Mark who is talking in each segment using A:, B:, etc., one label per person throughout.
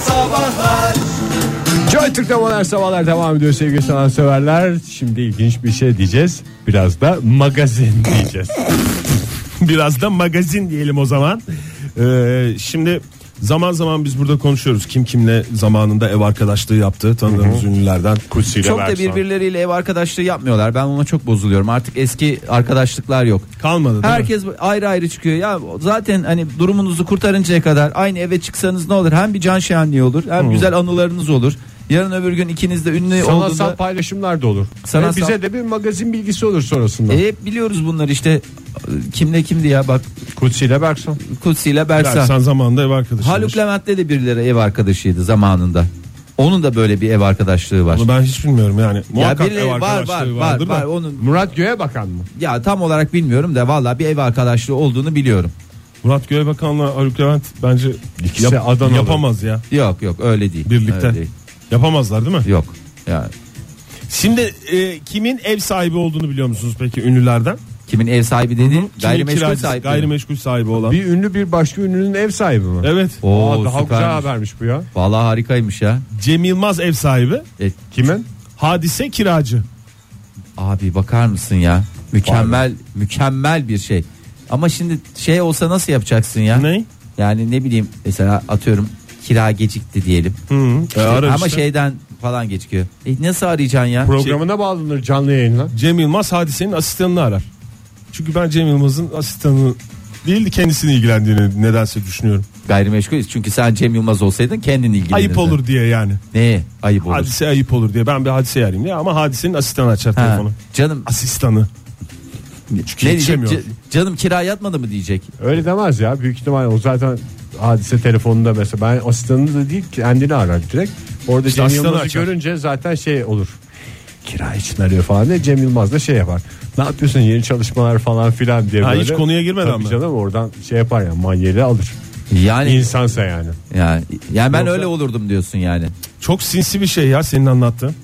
A: sabahlar.
B: Joy Türk'te modern sabahlar devam ediyor sevgili sanatseverler. Şimdi ilginç bir şey diyeceğiz. Biraz da magazin diyeceğiz.
C: Biraz da magazin diyelim o zaman. Ee, şimdi zaman zaman biz burada konuşuyoruz. Kim kimle zamanında ev arkadaşlığı yaptı tanıdığımız ünlülerden. Kutsi
A: Çok da birbirleriyle ev arkadaşlığı yapmıyorlar. Ben ona çok bozuluyorum. Artık eski arkadaşlıklar yok.
C: Kalmadı değil mi?
A: Herkes ayrı ayrı çıkıyor. Ya zaten hani durumunuzu kurtarıncaya kadar aynı eve çıksanız ne olur? Hem bir can şenliği olur, hem güzel anılarınız olur. Yarın öbür gün ikiniz de ünlü
B: Sanatsal
A: olduğunda
B: paylaşımlar da olur.
A: Sanatsal-
B: Ve bize de bir magazin bilgisi olur sonrasında.
A: E, hep biliyoruz bunları işte. Kimle kimdi ya bak
B: Kutsi ile Berkson.
A: Kutsi ile Bersa.
C: Sen zamanında ev arkadaşı.
A: Haluk Levent'le de birileri ev arkadaşıydı zamanında. Onun da böyle bir ev arkadaşlığı var.
C: Onu ben hiç bilmiyorum yani.
A: ya
C: Muhakkak
A: birileri
C: ev
A: var var var
C: arkadaşlığı
A: var,
C: vardır da.
A: onun
B: Murat Göğe bakan mı?
A: ya tam olarak bilmiyorum da valla bir ev arkadaşlığı olduğunu biliyorum.
C: Murat Göğebakan'la Haluk Levent bence
B: İkisi
C: yap-
B: Adanalı.
C: yapamaz ya.
A: Yok yok öyle değil.
C: Birlikte.
A: Öyle değil.
C: Yapamazlar değil mi?
A: Yok. Ya
C: Şimdi e, kimin ev sahibi olduğunu biliyor musunuz peki ünlülerden?
A: kimin ev sahibi dedi?
C: Kimin
A: Gayrimenkul
C: kiracısı,
A: sahibi.
C: Gayrimeşgul sahibi olan.
B: Bir ünlü bir başka ünlünün ev sahibi mi?
C: Evet.
A: Oo,
B: Aa, daha güzel
A: süpermiş.
B: habermiş bu ya.
A: Valla harikaymış ya.
C: Cem Yılmaz ev sahibi.
A: E,
B: Kimin?
C: Hadise kiracı.
A: abi bakar mısın ya? Mükemmel mükemmel bir şey. Ama şimdi şey olsa nasıl yapacaksın ya?
C: Ne?
A: Yani ne bileyim mesela atıyorum kira gecikti diyelim.
C: E, ara
A: Ama şey
C: işte.
A: şeyden falan gecikiyor. E, nasıl arayacaksın ya? Şey,
B: Programına bağlanır canlı yayınla.
C: Şey- Cem Yılmaz hadisenin asistanını arar. Çünkü ben Cem Yılmaz'ın asistanı değil de kendisini ilgilendiğini nedense düşünüyorum.
A: Gayrimeşgulüz. Çünkü sen Cem Yılmaz olsaydın kendin ilgilenirdin.
C: Ayıp olur diye yani.
A: Ne? Ayıp olur.
C: Hadise ayıp olur diye. Ben bir hadise arayayım diye ama hadisenin asistanı açar
A: Ha,
C: telefonu.
A: Canım
C: Asistanı. Çünkü
A: ne diyecek?
C: yetişemiyor.
A: Ca- canım kira yatmadı mı diyecek.
B: Öyle demez ya. Büyük ihtimal o zaten hadise telefonunda mesela. Ben asistanını da değil kendini arar direkt. Orada Cem
C: asistanı
B: Yılmaz'ı
C: açar.
B: görünce zaten şey olur. Kira için arıyor falan diye Cem Yılmaz da şey yapar. Ne yapıyorsun yeni çalışmalar falan filan diye
C: Ha,
B: böyle.
C: hiç konuya girmeden
B: Tabii
C: mi?
B: canım oradan şey yapar ya manyeli alır.
A: Yani
B: İnsansa yani.
A: yani, yani ben
C: Yoksa-
A: öyle olurdum diyorsun yani.
C: Çok sinsi bir şey ya senin anlattığın.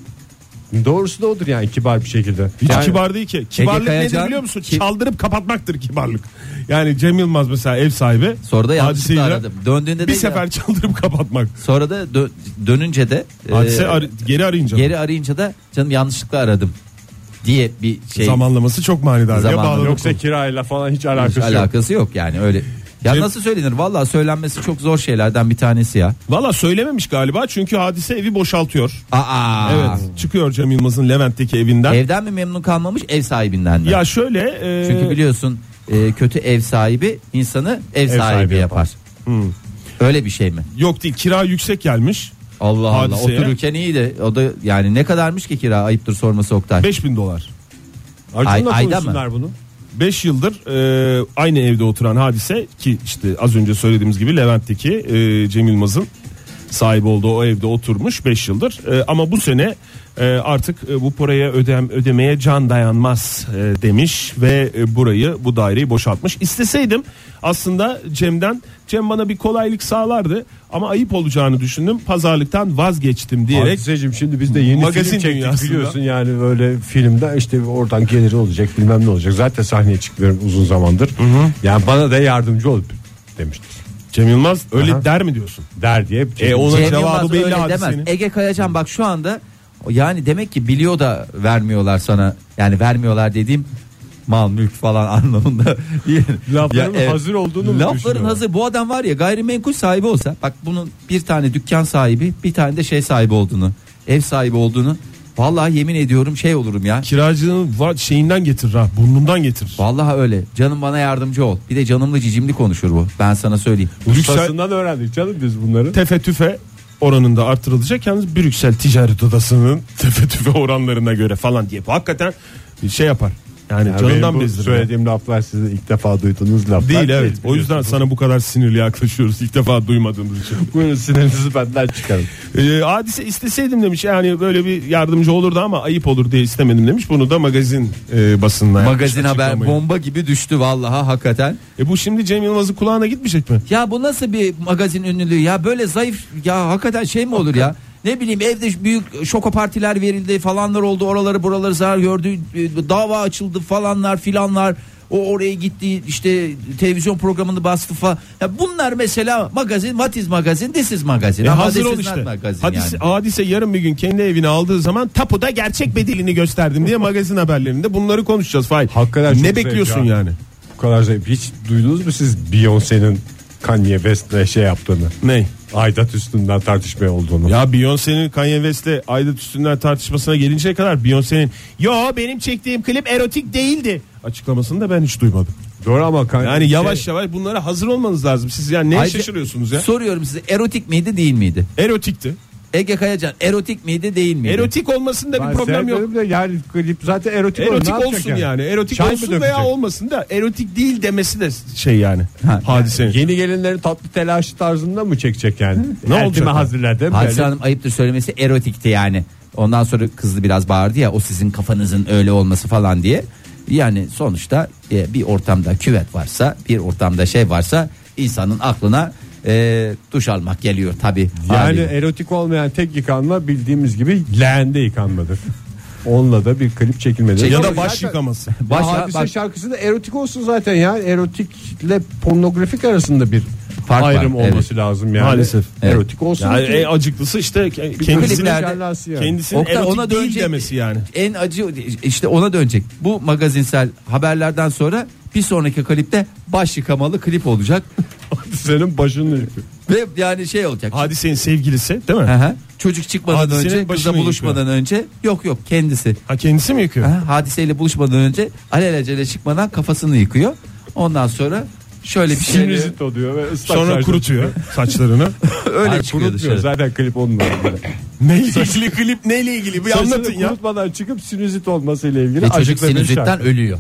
B: Doğrusu da odur yani kibar bir şekilde.
C: Hiç
B: Yani
C: kibar değil ki. Kibarlık nedir
A: Kayacan-
C: biliyor musun?
A: Ki-
C: Çaldırıp kapatmaktır kibarlık. Yani Cem Yılmaz mesela ev sahibi.
A: Sonra da
C: hadiseyi
A: yanlışlıkla
C: arar.
A: aradım. Döndüğünde
C: Bir
A: de
C: sefer çaldırıp kapatmak.
A: sonra da dö- dönünce de e,
C: Hadise ar- geri arayınca.
A: geri arayınca da canım yanlışlıkla aradım diye bir şey
C: Zamanlaması çok manidar. Ya
A: Zamanlama-
C: bağlanıp-
B: Yoksa kirayla falan hiç alakası
A: alakası,
B: yok.
A: yok. yani öyle. Ya
C: Cem-
A: nasıl söylenir? Valla söylenmesi çok zor şeylerden bir tanesi ya.
C: Valla söylememiş galiba çünkü hadise evi boşaltıyor.
A: Aa.
C: Evet çıkıyor Cem Yılmaz'ın Levent'teki evinden.
A: Evden mi memnun kalmamış ev sahibinden mi?
C: Ya şöyle e,
A: Çünkü biliyorsun e, kötü ev sahibi insanı ev, sahibi,
B: sahibi
A: yapar.
C: Hmm.
A: Öyle bir şey mi?
C: yok değil kira yüksek gelmiş
A: Allah
C: Hadiseye-
A: Allah otururken iyiydi. O da yani ne kadarmış ki kira ayıptır sorması Oktay.
C: 5000 dolar.
A: Ay-
B: Acun'la
A: ayda mı?
B: konuşsunlar bunu.
C: 5 yıldır e, aynı evde oturan hadise ki işte az önce söylediğimiz gibi Levent'teki e, Cem Yılmaz'ın sahibi olduğu o evde oturmuş 5 yıldır. E, ama bu sene e, artık e, bu paraya ödem ödemeye can dayanmaz e, demiş ve e, burayı bu daireyi boşaltmış. İsteseydim aslında Cem'den Cem bana bir kolaylık sağlardı ama ayıp olacağını düşündüm. Pazarlıktan vazgeçtim diyerek
B: Hadiseciğim şimdi biz de yeni
C: Magazin
B: film çektik
C: dünyasında.
B: biliyorsun yani böyle filmde işte oradan geliri olacak bilmem ne olacak. Zaten sahneye çıkmıyorum uzun zamandır. Yani bana da yardımcı ol demiştir.
C: Cem Yılmaz öyle
B: Aha.
C: der mi diyorsun?
B: Der diye.
C: E, ona-
A: Cem
C: cevabı
A: Yılmaz
C: belli
A: öyle
C: hadisenin.
A: demez. Ege Kayacan bak şu anda yani demek ki biliyor da vermiyorlar sana. Yani vermiyorlar dediğim mal mülk falan anlamında.
B: Lafların
A: evet.
B: hazır olduğunu mu
A: Lafların
B: düşünüyorlar?
A: hazır. Bu adam var ya gayrimenkul sahibi olsa bak bunun bir tane dükkan sahibi, bir tane de şey sahibi olduğunu, ev sahibi olduğunu vallahi yemin ediyorum şey olurum ya.
C: Kiracının va- şeyinden getirir ha burnundan getirir.
A: Vallahi öyle. Canım bana yardımcı ol. Bir de canımlı cicimli konuşur bu. Ben sana söyleyeyim.
B: Ustasından öğrendik canım biz bunları.
C: tefe tüfe oranında artırılacak. Yalnız Brüksel Ticaret Odası'nın tefe tüfe oranlarına göre falan diye. Bu hakikaten bir şey yapar. Yani,
B: Yani benim
C: canından
B: bu
C: bezdirir.
B: Söylediğim laflar sizin ilk defa duyduğunuz laflar.
C: Değil evet. O yüzden
B: biliyorsunuz.
C: sana bu kadar sinirli yaklaşıyoruz ilk defa duymadığımız için.
B: Buyurun sinirinizi benden çıkarın.
C: Ee, hadise isteseydim demiş yani böyle bir yardımcı olurdu ama ayıp olur diye istemedim demiş. Bunu da magazin e, basınına yapmış
A: Magazin haber
C: açıklamayı.
A: bomba gibi düştü vallaha hakikaten.
C: E bu şimdi Cem Yılmaz'ın kulağına gitmeyecek mi?
A: Ya bu nasıl bir magazin ünlülüğü ya böyle zayıf ya hakikaten şey mi olur ya? Ne bileyim evde büyük şoko partiler verildi falanlar oldu oraları buraları zarar gördü e, dava açıldı falanlar filanlar O oraya gitti işte televizyon programını bastı falan. Ya bunlar mesela magazin, what is magazin, this is magazin.
C: E
A: Ama
C: hazır
A: this
C: ol
A: is not
C: işte.
A: magazin
C: Hadise,
A: yani.
C: hadise yarın bir gün kendi evine aldığı zaman tapuda gerçek bedelini gösterdim diye magazin haberlerinde bunları konuşacağız Fahir.
B: Hakikaten çok
C: ne
B: zevk
C: bekliyorsun
B: ya.
C: yani?
B: Bu kadar zayıf. Hiç duydunuz mu siz Beyoncé'nin Kanye West'le şey yaptığını?
C: Ney?
B: Aidat üstünden tartışmaya olduğunu.
C: Ya Beyoncé'nin Kanye West'le Aydat üstünden tartışmasına gelinceye kadar Beyoncé'nin yo benim çektiğim klip erotik değildi açıklamasını da ben hiç duymadım.
B: Doğru ama Kanye
C: Yani
B: şey-
C: yavaş yavaş bunlara hazır olmanız lazım. Siz yani neye
A: Ayrıca-
C: şaşırıyorsunuz ya?
A: Soruyorum size erotik miydi değil miydi?
C: Erotikti.
A: Ege Kayacan erotik meydi değil miydi?
C: Erotik olmasında
B: Ben
C: bir problem yok.
B: seyretmedim De, yani klip zaten erotik, olur. Ne
C: Erotik
B: yapacak
C: olsun yani. Erotik
B: Çay mı
C: olsun
B: dökecek?
C: veya olmasın da erotik değil demesi de şey yani.
A: Ha,
C: Hadise.
B: Yeni gelinlerin tatlı telaşı tarzında mı çekecek yani?
C: Ne
B: Eltime
C: olacak?
B: hazırlar değil mi?
A: Hadise
B: Böyle-
A: Hanım ayıptır söylemesi erotikti yani. Ondan sonra kızdı biraz bağırdı ya o sizin kafanızın öyle olması falan diye. Yani sonuçta e, bir ortamda küvet varsa bir ortamda şey varsa insanın aklına e, duş almak geliyor tabi.
B: Yani erotik olmayan tek yıkanma bildiğimiz gibi leğende yıkanmadır. Onunla da bir klip çekilmedi.
A: Çekil-
C: Ya da
A: Zaten-
C: baş yıkaması.
A: Baş-
B: hadise
A: bak-
B: şarkısı da erotik olsun zaten ya. Erotikle pornografik arasında bir
A: Fark var,
B: ayrım
A: evet.
B: olması lazım yani. e,
C: Maalesef.
B: Erotik olsun.
C: Yani
B: ki-
C: en e, acıklısı işte ke- kendisinin,
A: kliplerde-
B: Kendisi
C: kendisinin
A: Oktay,
C: erotik
A: ona
C: değil
A: dönecek-
C: demesi yani.
A: en acı işte ona dönecek. Bu magazinsel haberlerden sonra bir sonraki klipte baş yıkamalı klip olacak
B: senin başını yıkıyor.
A: ve yani şey olacak.
C: Hadisenin sevgilisi değil mi?
A: Hı hı. Çocuk çıkmadan
C: Hadisenin
A: önce kızla
C: başını
A: buluşmadan önce yok yok kendisi
C: Ha kendisi mi yıkıyor?
A: Ha, hadiseyle buluşmadan önce alelacele çıkmadan kafasını yıkıyor. Ondan sonra şöyle bir şey
B: Sinüzit oluyor ve ıslak
C: Sonra
B: saçla-
C: kurutuyor saçlarını.
A: öyle
B: Hayır,
A: çıkıyor
B: kurutmuyor.
A: dışarı.
B: Zaten klip onunla ilgili.
C: neyle ilgili klip neyle ilgili? Bir anlatın
B: Saçını
C: ya.
B: kurutmadan çıkıp sinüzit olmasıyla ilgili
A: Ve E, çocuk
B: acıklı bir
A: sinüzitten
B: şarkı.
A: ölüyor.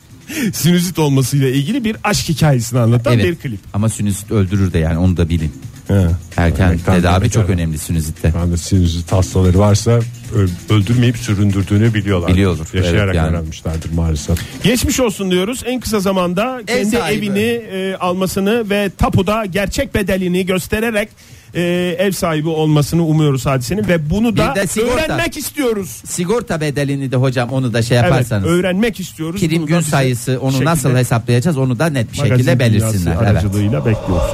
C: Sinüzit olmasıyla ilgili bir aşk hikayesini anlatan
A: Evet.
C: bir klip.
A: Ama sinüzit öldürür de yani onu da bilin. Erken
B: Erken
A: tedavi
B: tedavi.
A: çok önemli sinüzitte.
B: Yani sinüzit hastaları varsa ö- öldürmeyip süründürdüğünü biliyorlar.
A: Biliyordur,
B: Yaşayarak
A: evet yani.
B: öğrenmişlerdir maalesef.
C: Geçmiş olsun diyoruz. En kısa zamanda kendi
A: sahibi.
C: evini e, almasını ve tapuda gerçek bedelini göstererek e, ev sahibi olmasını umuyoruz hadisenin ve bunu da
A: Bir de sigorta.
C: öğrenmek istiyoruz.
A: Sigorta bedelini de hocam onu da şey
C: Evet,
A: yaparsanız.
C: öğrenmek istiyoruz.
A: prim
C: Bunu da
A: gün
C: bize
A: sayısı onu
C: şekilde-
A: nasıl hesaplayacağız onu da net bir
C: Magazin
A: şekilde belirsinler.
C: Dünyası
A: Evet.
C: aracılığıyla bekliyoruz.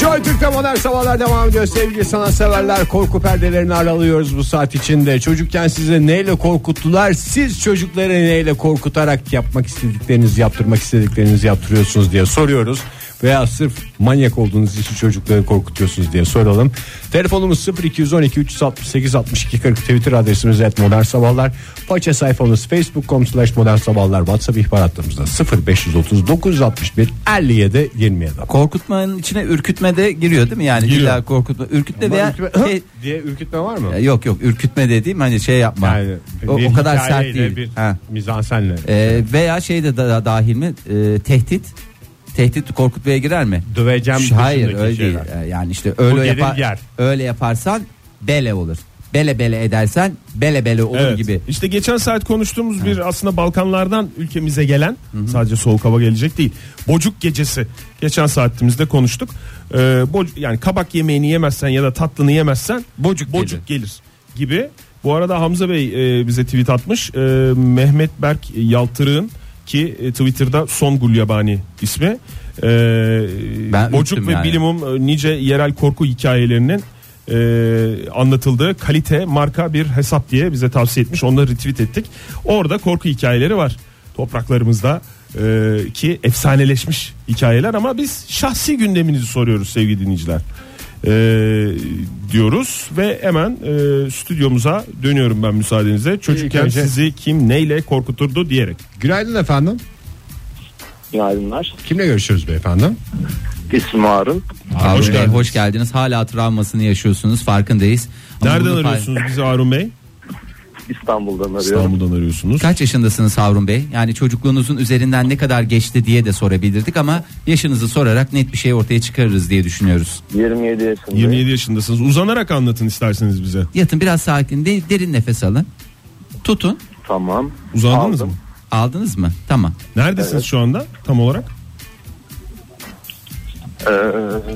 B: Joy Türk'te modern sabahlar devam ediyor sevgili sanatseverler korku perdelerini aralıyoruz bu saat içinde çocukken size neyle korkuttular siz çocukları neyle korkutarak yapmak istediklerinizi yaptırmak istediklerinizi yaptırıyorsunuz diye soruyoruz veya sırf manyak olduğunuz için çocukları korkutuyorsunuz diye soralım telefonumuz 0212 368 62 40 twitter adresimiz et modern sabahlar paça sayfamız facebook.com slash modern sabahlar whatsapp ihbaratlarımızda 0530 961 57 27
A: Korkutmanın içine ürkütme de giriyor değil mi? Yani
B: Giriyor.
A: illa korkutma, ürkütme
B: Ama
A: veya
B: ürkütme-
A: şey-
B: diye ürkütme var mı?
A: yok yok ürkütme dediğim hani şey yapma. o,
B: bir
A: o kadar sert
B: hikayeyle,
A: değil.
B: Bir
A: Ha.
B: mizansenle.
A: Ee, veya şey de da, dahil mi? Ee, tehdit. Tehdit korkutmaya girer mi?
B: Döveceğim
A: Ş- Hayır
B: dışındaki
A: öyle
B: şeyler.
A: değil. Ee, Yani işte öyle
B: O gelir
A: yapar,
B: yer.
A: öyle yaparsan bele olur. Bele bele edersen bele bele olur
C: Evet.
A: gibi.
C: İşte geçen saat konuştuğumuz bir aslında Balkanlardan ülkemize gelen sadece soğuk hava gelecek değil. Bocuk gecesi geçen saatimizde konuştuk. Ee, boc- yani kabak yemeğini yemezsen ya da tatlını yemezsen
A: Bocuk
C: gelir gibi. Bu arada Hamza Bey e, bize tweet atmış. E, Mehmet Berk Yaltırık'ın ki e, Twitter'da Son Gulyabani ismi. E,
A: Ben
C: Bocuk
A: üzdüm
C: ve
A: yani.
C: Bilimum e, nice yerel korku hikayelerinin e, anlatıldığı kalite marka bir hesap diye bize tavsiye etmiş. Onları retweet ettik. Orada korku hikayeleri var topraklarımızda e, ki efsaneleşmiş hikayeler ama biz şahsi gündeminizi soruyoruz sevgili dinleyiciler. E, diyoruz ve hemen e, stüdyomuza dönüyorum ben müsaadenizle. Çocukken
B: önce-
C: sizi kim neyle korkuturdu diyerek.
B: Günaydın efendim.
D: Günaydınlar.
B: Kimle görüşürüz beyefendi?
D: İsmim Harun.
A: Harun
C: hoş
A: Bey,
C: geldiniz.
A: hoş geldiniz. Hala travmasını yaşıyorsunuz farkındayız. Ama
C: Nereden
A: bunu pay-
C: arıyorsunuz bizi Harun Bey?
D: İstanbul'dan arıyorum.
C: İstanbul'dan arıyorsunuz.
A: Kaç yaşındasınız Harun Bey? Yani çocukluğunuzun üzerinden ne kadar geçti diye de sorabilirdik ama yaşınızı sorarak net bir şey ortaya çıkarırız diye düşünüyoruz.
D: 27 yaşındayım.
C: 27 yaşındasınız. Uzanarak anlatın isterseniz bize.
A: Yatın biraz sakin, de- derin nefes alın. Tutun.
D: Tamam.
C: Uzandınız
D: Aldım.
C: mı?
A: Aldınız mı? Tamam.
C: Neredesiniz şu anda tam olarak?
D: Ee,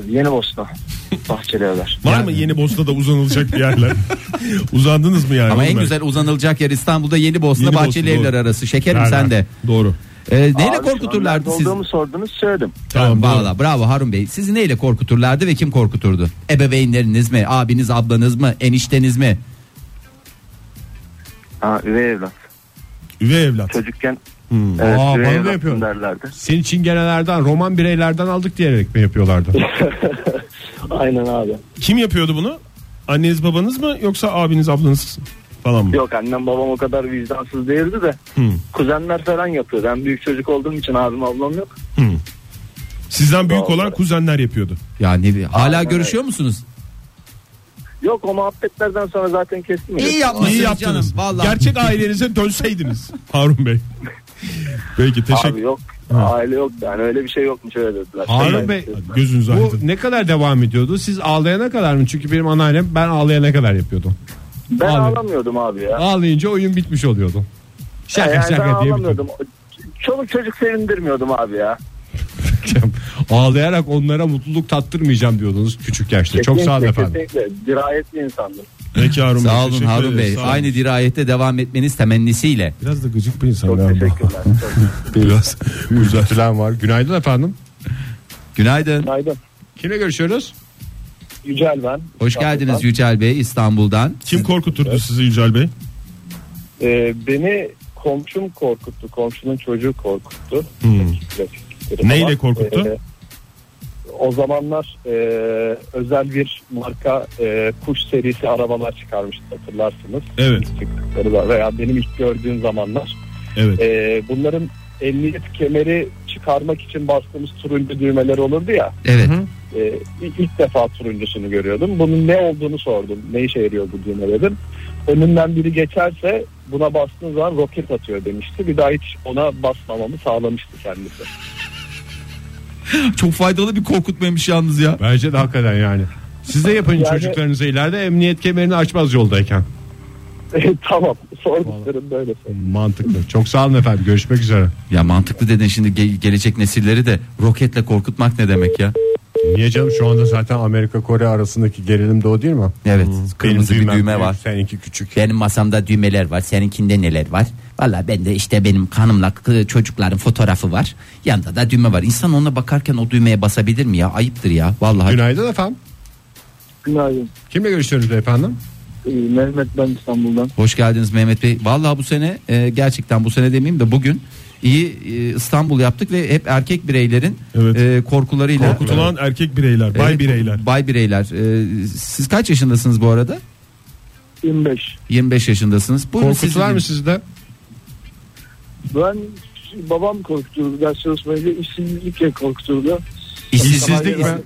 D: yeni Bosna. bahçelerler.
C: Var mı yeni Bosna'da uzanılacak bir yerler? Uzandınız mı yani?
A: Ama en
C: Oğlum,
A: güzel uzanılacak yer İstanbul'da Yeni Bosna
C: Yeni
A: Bahçeli
C: Bosna,
A: Evler
C: doğru.
A: arası. Şekerim
C: Berber.
A: sen de.
C: Doğru.
A: Ee, neyle
D: Abi,
A: korkuturlardı
D: şu an
A: siz?
D: Olduğumu sordunuz söyledim.
C: Tamam,
A: Tamam,
C: doğru.
A: valla bravo Harun Bey. Sizi neyle korkuturlardı ve kim korkuturdu? Ebeveynleriniz mi? Abiniz, ablanız mı? Enişteniz mi?
D: Ha, üvey evlat.
C: Üvey evlat.
D: Çocukken evet,
B: Hmm. Aa,
D: üvey
B: bana da
D: evlat
B: yapıyorsun.
D: derlerdi.
B: Senin çingenelerden roman bireylerden aldık diyerek mi yapıyorlardı?
D: Aynen abi.
C: Kim yapıyordu bunu? Anneniz babanız mı yoksa abiniz ablanız falan mı?
D: Yok annem babam o kadar vicdansız değildi de
C: Hmm.
D: kuzenler falan yapıyor. Ben büyük çocuk olduğum için abim ablam yok.
C: Sizden büyük
D: Vallahi.
C: olan kuzenler yapıyordu.
A: Yani hala
D: Aynen
A: görüşüyor musunuz?
D: Yok o muhabbetlerden sonra zaten kestim.
A: İyi yapmışsınız
C: İyi yaptınız.
A: canım. Vallahi.
C: Gerçek ailenize dönseydiniz Harun Bey. Peki
D: Abi
C: teşekkür
D: yok. Aile yok yani öyle bir şey yokmuş öyle dediler.
B: Harun Bey
C: Gözünüz
B: bu
C: aydın.
B: ne kadar devam ediyordu? Siz ağlayana kadar mı? Çünkü benim anneannem ben ağlayana kadar yapıyordum.
D: Ben
B: Abi.
D: ağlamıyordum abi ya.
B: Ağlayınca oyun bitmiş oluyordu. Şaka
D: yani ben
B: şaka diye bitirdim.
D: ağlamıyordum. Çoluk çocuk sevindirmiyordum abi ya.
B: Ağlayarak onlara mutluluk tattırmayacağım diyordunuz küçük yaşta. E, Çok sağ olun
D: Kesinlikle,
B: efendim.
D: Kesinlikle dirayetli insandım.
C: Peki Harun Bey.
A: Sağ olun
C: teşekkür
A: Harun
C: ederiz.
A: Bey.
C: Sağ olun.
A: Aynı dirayette devam etmeniz temennisiyle.
C: Biraz da gıcık bir insan
D: Çok
C: galiba.
D: teşekkürler.
C: Biraz. Güzel.
B: Üzüntülen var. Günaydın efendim.
A: Günaydın.
D: Günaydın.
B: Kimle görüşüyoruz?
D: Yücel ben.
A: Hoş geldiniz Yücel Bey İstanbul'dan.
C: Kim korkuturdu sizi Yücel Bey?
D: Ee, beni komşum korkuttu. Komşunun çocuğu korkuttu.
C: Hmm.
D: Klasikleri
C: Neyle
D: falan.
C: korkuttu?
D: Ee, o zamanlar e, özel bir marka e, kuş serisi arabalar çıkarmıştı hatırlarsınız.
C: Evet.
D: İlk çıktıkları da veya benim ilk gördüğüm zamanlar.
C: Evet.
D: E, bunların emniyet kemeri çıkarmak için bastığımız turuncu düğmeler olurdu ya.
A: Evet.
D: E, ilk- ilk defa turuncusunu görüyordum. Bunun ne olduğunu sordum. Ne işe yarıyor bu düğme dedim. Önünden biri geçerse buna bastığın zaman roket atıyor demişti. Bir daha hiç ona basmamamı sağlamıştı kendisi.
A: Çok faydalı bir korkutmaymış yalnız ya.
B: Bence de hakikaten yani. Siz de yapın
D: Yani-
B: çocuklarınıza ileride emniyet kemerini açmaz yoldayken.
D: tamam. Sorduklarım böyle.
B: Mantıklı. Çok sağ olun efendim. Görüşmek üzere.
A: Ya mantıklı dedin şimdi ge- gelecek nesilleri de roketle korkutmak ne demek ya?
B: Niye canım şu anda zaten Amerika Kore arasındaki gerilim de o değil mi?
A: Evet. Kırmızı bir
B: düğmem
A: düğme
B: büyük,
A: var.
B: Seninki küçük.
A: Benim masamda düğmeler var. Seninkinde neler var? Valla ben de işte benim kanımla k- çocukların fotoğrafı var. Yanında da düğme var. İnsan ona bakarken o düğmeye basabilir mi ya? Ayıptır ya. Vallahi.
B: Günaydın efendim.
D: Günaydın.
B: Kimle görüşüyoruz efendim?
D: Ee, Mehmet ben İstanbul'dan.
A: Hoş geldiniz Mehmet Bey. Vallahi bu sene e, gerçekten bu sene demeyeyim de bugün iyi e, İstanbul yaptık ve hep erkek bireylerin
C: Evet.
A: e, korkularıyla
C: Korkutulan erkek bireyler, bay
A: Evet,
C: bireyler.
A: Bay bireyler. E, siz kaç yaşındasınız bu arada?
D: 25.
A: 25 yaşındasınız. Buyurun sizi
B: Korkutular
A: dinliyorum.
B: mı sizde?
D: Ben babam korkuturdu ders çalışmayla işsizlikle korkuturdu.
A: İşsizlik
D: Sabah
A: mi?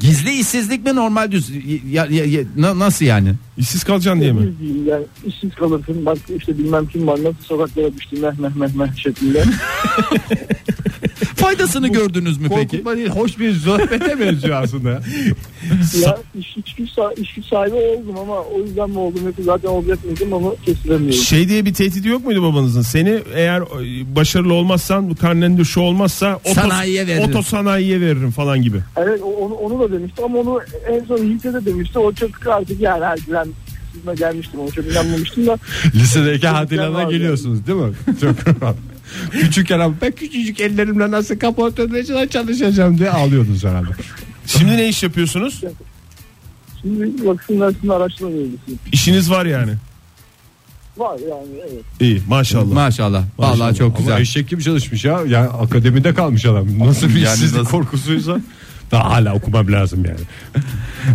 A: Gizli işsizlik mi normal düz? Ya, ya- ya- na- nasıl yani?
C: İşsiz kalacaksın diye mi?
D: gelen- Yani işsiz kalırsın bak işte bilmem kim var nasıl sokaklara düştü meh meh meh meh şeklinde.
A: Faydasını gördünüz mü peki?
B: Korkutma değil hoş bir zöhbete benziyor aslında.
D: ya iş, iş, güç, sa- iş güç sahibi oldum ama o yüzden mi oldum yoksa zaten olacak mıydım ama kestiremiyorum.
C: Şey diye bir tehdidi yok muydu babanızın? Seni eğer e, başarılı olmazsan bu karnende şu olmazsa oto,
A: Sanayiye veririm.
C: oto sanayiye veririm falan gibi.
D: Evet o- onu, onu da demişti ama onu en son Yiğit'e de demişti. O çok artık yani her gülen kısmına gelmiştim. Onu çok inanmamıştım da.
B: Lisedeki
D: var
B: hadilerine
D: ya.
B: geliyorsunuz değil mi? Çok rahat. Küçükken ama ben küçücük ellerimle nasıl kapatörlerine çalışacağım diye ağlıyordunuz herhalde.
C: Şimdi ne iş yapıyorsunuz?
D: Şimdi baksınlar şimdi araştırma bölgesi.
C: İşiniz var yani.
D: Var yani evet.
C: İyi maşallah.
A: Maşallah. Vallahi çok
B: Ama
A: güzel.
B: eşek gibi çalışmış ya. Yani akademide kalmış adam. Nasıl bir
A: Yani
B: işsizlik
A: nasıl-
B: korkusuysa. Daha hala okumam lazım yani.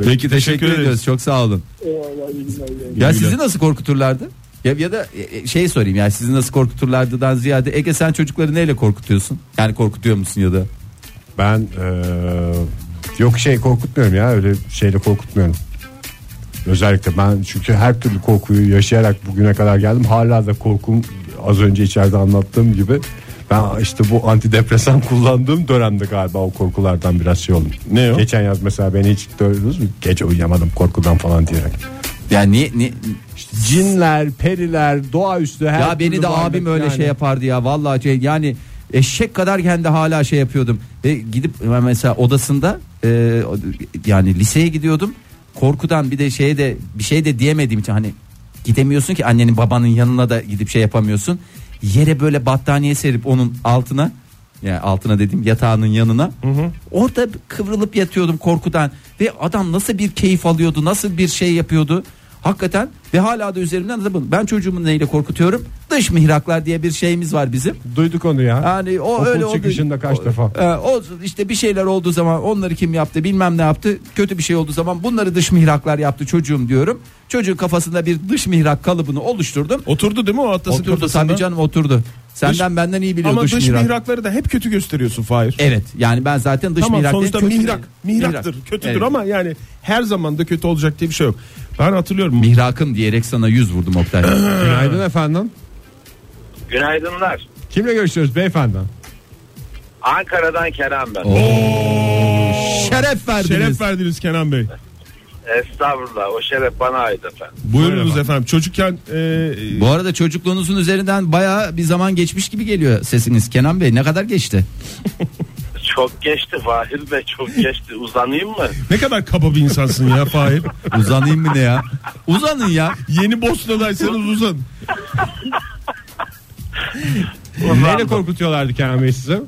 A: Peki teşekkür,
C: ederiz.
A: ediyoruz. Çok sağ olun.
D: Eyvallah iyi günler. iyi günler.
A: Ya
C: Güle.
A: sizi nasıl korkuturlardı? Ya, ya da e, e, şey sorayım yani sizi nasıl korkuturlardıdan ziyade Ege sen çocukları neyle korkutuyorsun? Yani korkutuyor musun ya da?
B: Ben eee, yok şey korkutmuyorum ya öyle şeyle korkutmuyorum. Özellikle ben çünkü her türlü korkuyu yaşayarak bugüne kadar geldim. Hala da korkum az önce içeride anlattığım gibi ben işte bu antidepresan kullandığım dönemde galiba o korkulardan biraz şey oldum.
C: Ne o?
B: Geçen yaz mesela beni hiç gördünüz mü? Gece uyuyamadım korkudan falan diyerek.
A: Yani niye, niye-
B: Cinler, periler, doğaüstü her
A: ya beni de abim öyle şey yapardı ya vallahi şey, yani Eşek kadar kendi hala şey yapıyordum. Ve gidip ben mesela odasında e, yani liseye gidiyordum. Korkudan bir de şeye de bir şey de diyemediğim için hani gidemiyorsun ki annenin babanın yanına da gidip şey yapamıyorsun. Yere böyle battaniye serip onun altına yani altına dedim yatağının yanına. Orada kıvrılıp yatıyordum korkudan ve adam nasıl bir keyif alıyordu, nasıl bir şey yapıyordu. Hakikaten ve hala da üzerimden de bunu. Ben çocuğumu neyle korkutuyorum? Dış mihraklar diye bir şeyimiz var bizim.
B: Duyduk onu ya.
A: Yani o
B: Okul
A: öyle oldu.
B: çıkışında kaç
A: O-
B: defa?
A: e, o işte bir şeyler olduğu zaman onları kim yaptı bilmem ne yaptı. Kötü bir şey olduğu zaman bunları dış mihraklar yaptı çocuğum diyorum. Çocuğun kafasında bir dış mihrak kalıbını oluşturdum.
C: Oturdu değil mi o atlasın
A: Oturdu
C: kafasında?
A: tabii canım oturdu. Senden benden iyi biliyor
C: Ama
A: dış,
C: dış,
A: mihrak.
C: mihrakları da hep kötü gösteriyorsun Fahir.
A: Evet yani ben zaten dış
C: tamam
A: mihrak değil,
C: sonuçta
A: kötü-
C: mihrak, mihraktır,
A: mihrak.
C: kötüdür
A: Evet.
C: ama yani her zaman da kötü olacak diye bir şey yok. Ben hatırlıyorum.
A: Mihrakım diyerek sana yüz vurdum Oktay.
B: Günaydın efendim.
E: Günaydınlar.
B: Kimle görüşüyoruz beyefendi?
E: Ankara'dan Kerem ben.
A: Şeref verdiniz.
C: Şeref verdiniz Kenan Bey.
E: Estağfurullah. O şeref bana ait efendim.
C: Buyurunuz efendim. Çocukken e,
A: Bu arada çocukluğunuzun üzerinden bayağı bir zaman geçmiş gibi geliyor sesiniz. Kenan Bey ne kadar geçti?
E: Çok geçti Fahir Bey çok geçti. Uzanayım mı?
C: ne kadar kaba bir insansın ya Fahir.
A: Uzanayım mı ne ya? Uzanın ya.
C: Yeni Bosna'daysanız uzun.
B: Neyle korkutuyorlardı Kenan Bey sizi?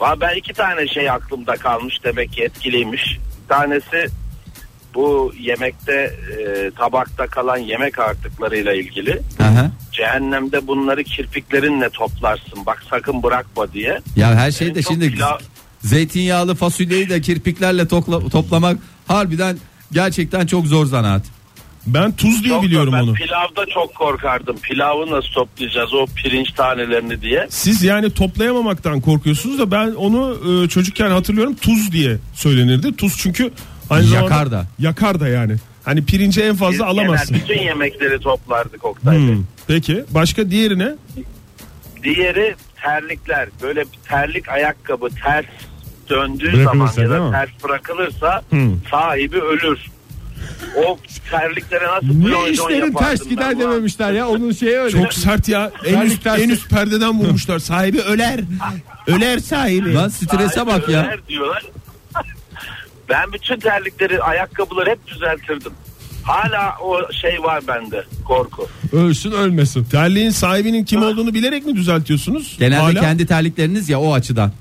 E: Valla ben iki tane şey aklımda kalmış demek ki etkiliymiş. Bir tanesi bu yemekte e, tabakta kalan yemek artıklarıyla ilgili.
A: Aha.
E: Cehennemde bunları kirpiklerinle toplarsın bak sakın bırakma diye.
A: Ya her şey de
E: Çok
A: şimdi
E: pilav-
A: zeytinyağlı fasulyeyi de kirpiklerle tokla- toplamak harbiden gerçekten çok zor zanaat.
C: Ben tuz diye
E: Çok da-
C: biliyorum
E: ben
C: onu.
E: Pilavda çok korkardım. Pilavı nasıl toplayacağız o pirinç tanelerini diye.
C: Siz yani toplayamamaktan korkuyorsunuz da ben onu e, çocukken hatırlıyorum tuz diye söylenirdi. Tuz çünkü aynı
A: Yakar
C: zamanda
A: da.
C: yakar da yani. Hani pirince en
E: Biz
C: fazla alamazsın.
E: genel bütün yemekleri toplardık Oktay Bey.
C: Hmm, Peki başka diğerine
E: Diğeri terlikler. Böyle bir terlik ayakkabı ters döndüğü zaman
B: Bırakılırsa
E: ya
B: değil mi?
E: da ters bırakılırsa sahibi ölür. O terliklere nasıl
B: Niye
E: plonjon
B: işlerin ters
E: yapardım
B: gider
E: ben lan?
B: dememişler ya onun şeyi öyle.
C: çok sert ya en
B: Terlik
C: üst,
B: tersi.
C: en üst perdeden vurmuşlar sahibi öler öler sahibi.
A: Lan strese
E: Sahibi
A: bak ya.
E: öler diyorlar. ben bütün terlikleri ayakkabıları hep düzeltirdim. Hala o şey var bende korku.
B: Ölsün ölmesin.
C: Terliğin sahibinin kim olduğunu bilerek mi düzeltiyorsunuz?
A: Genelde
C: Hala?
A: kendi terlikleriniz ya o açıdan.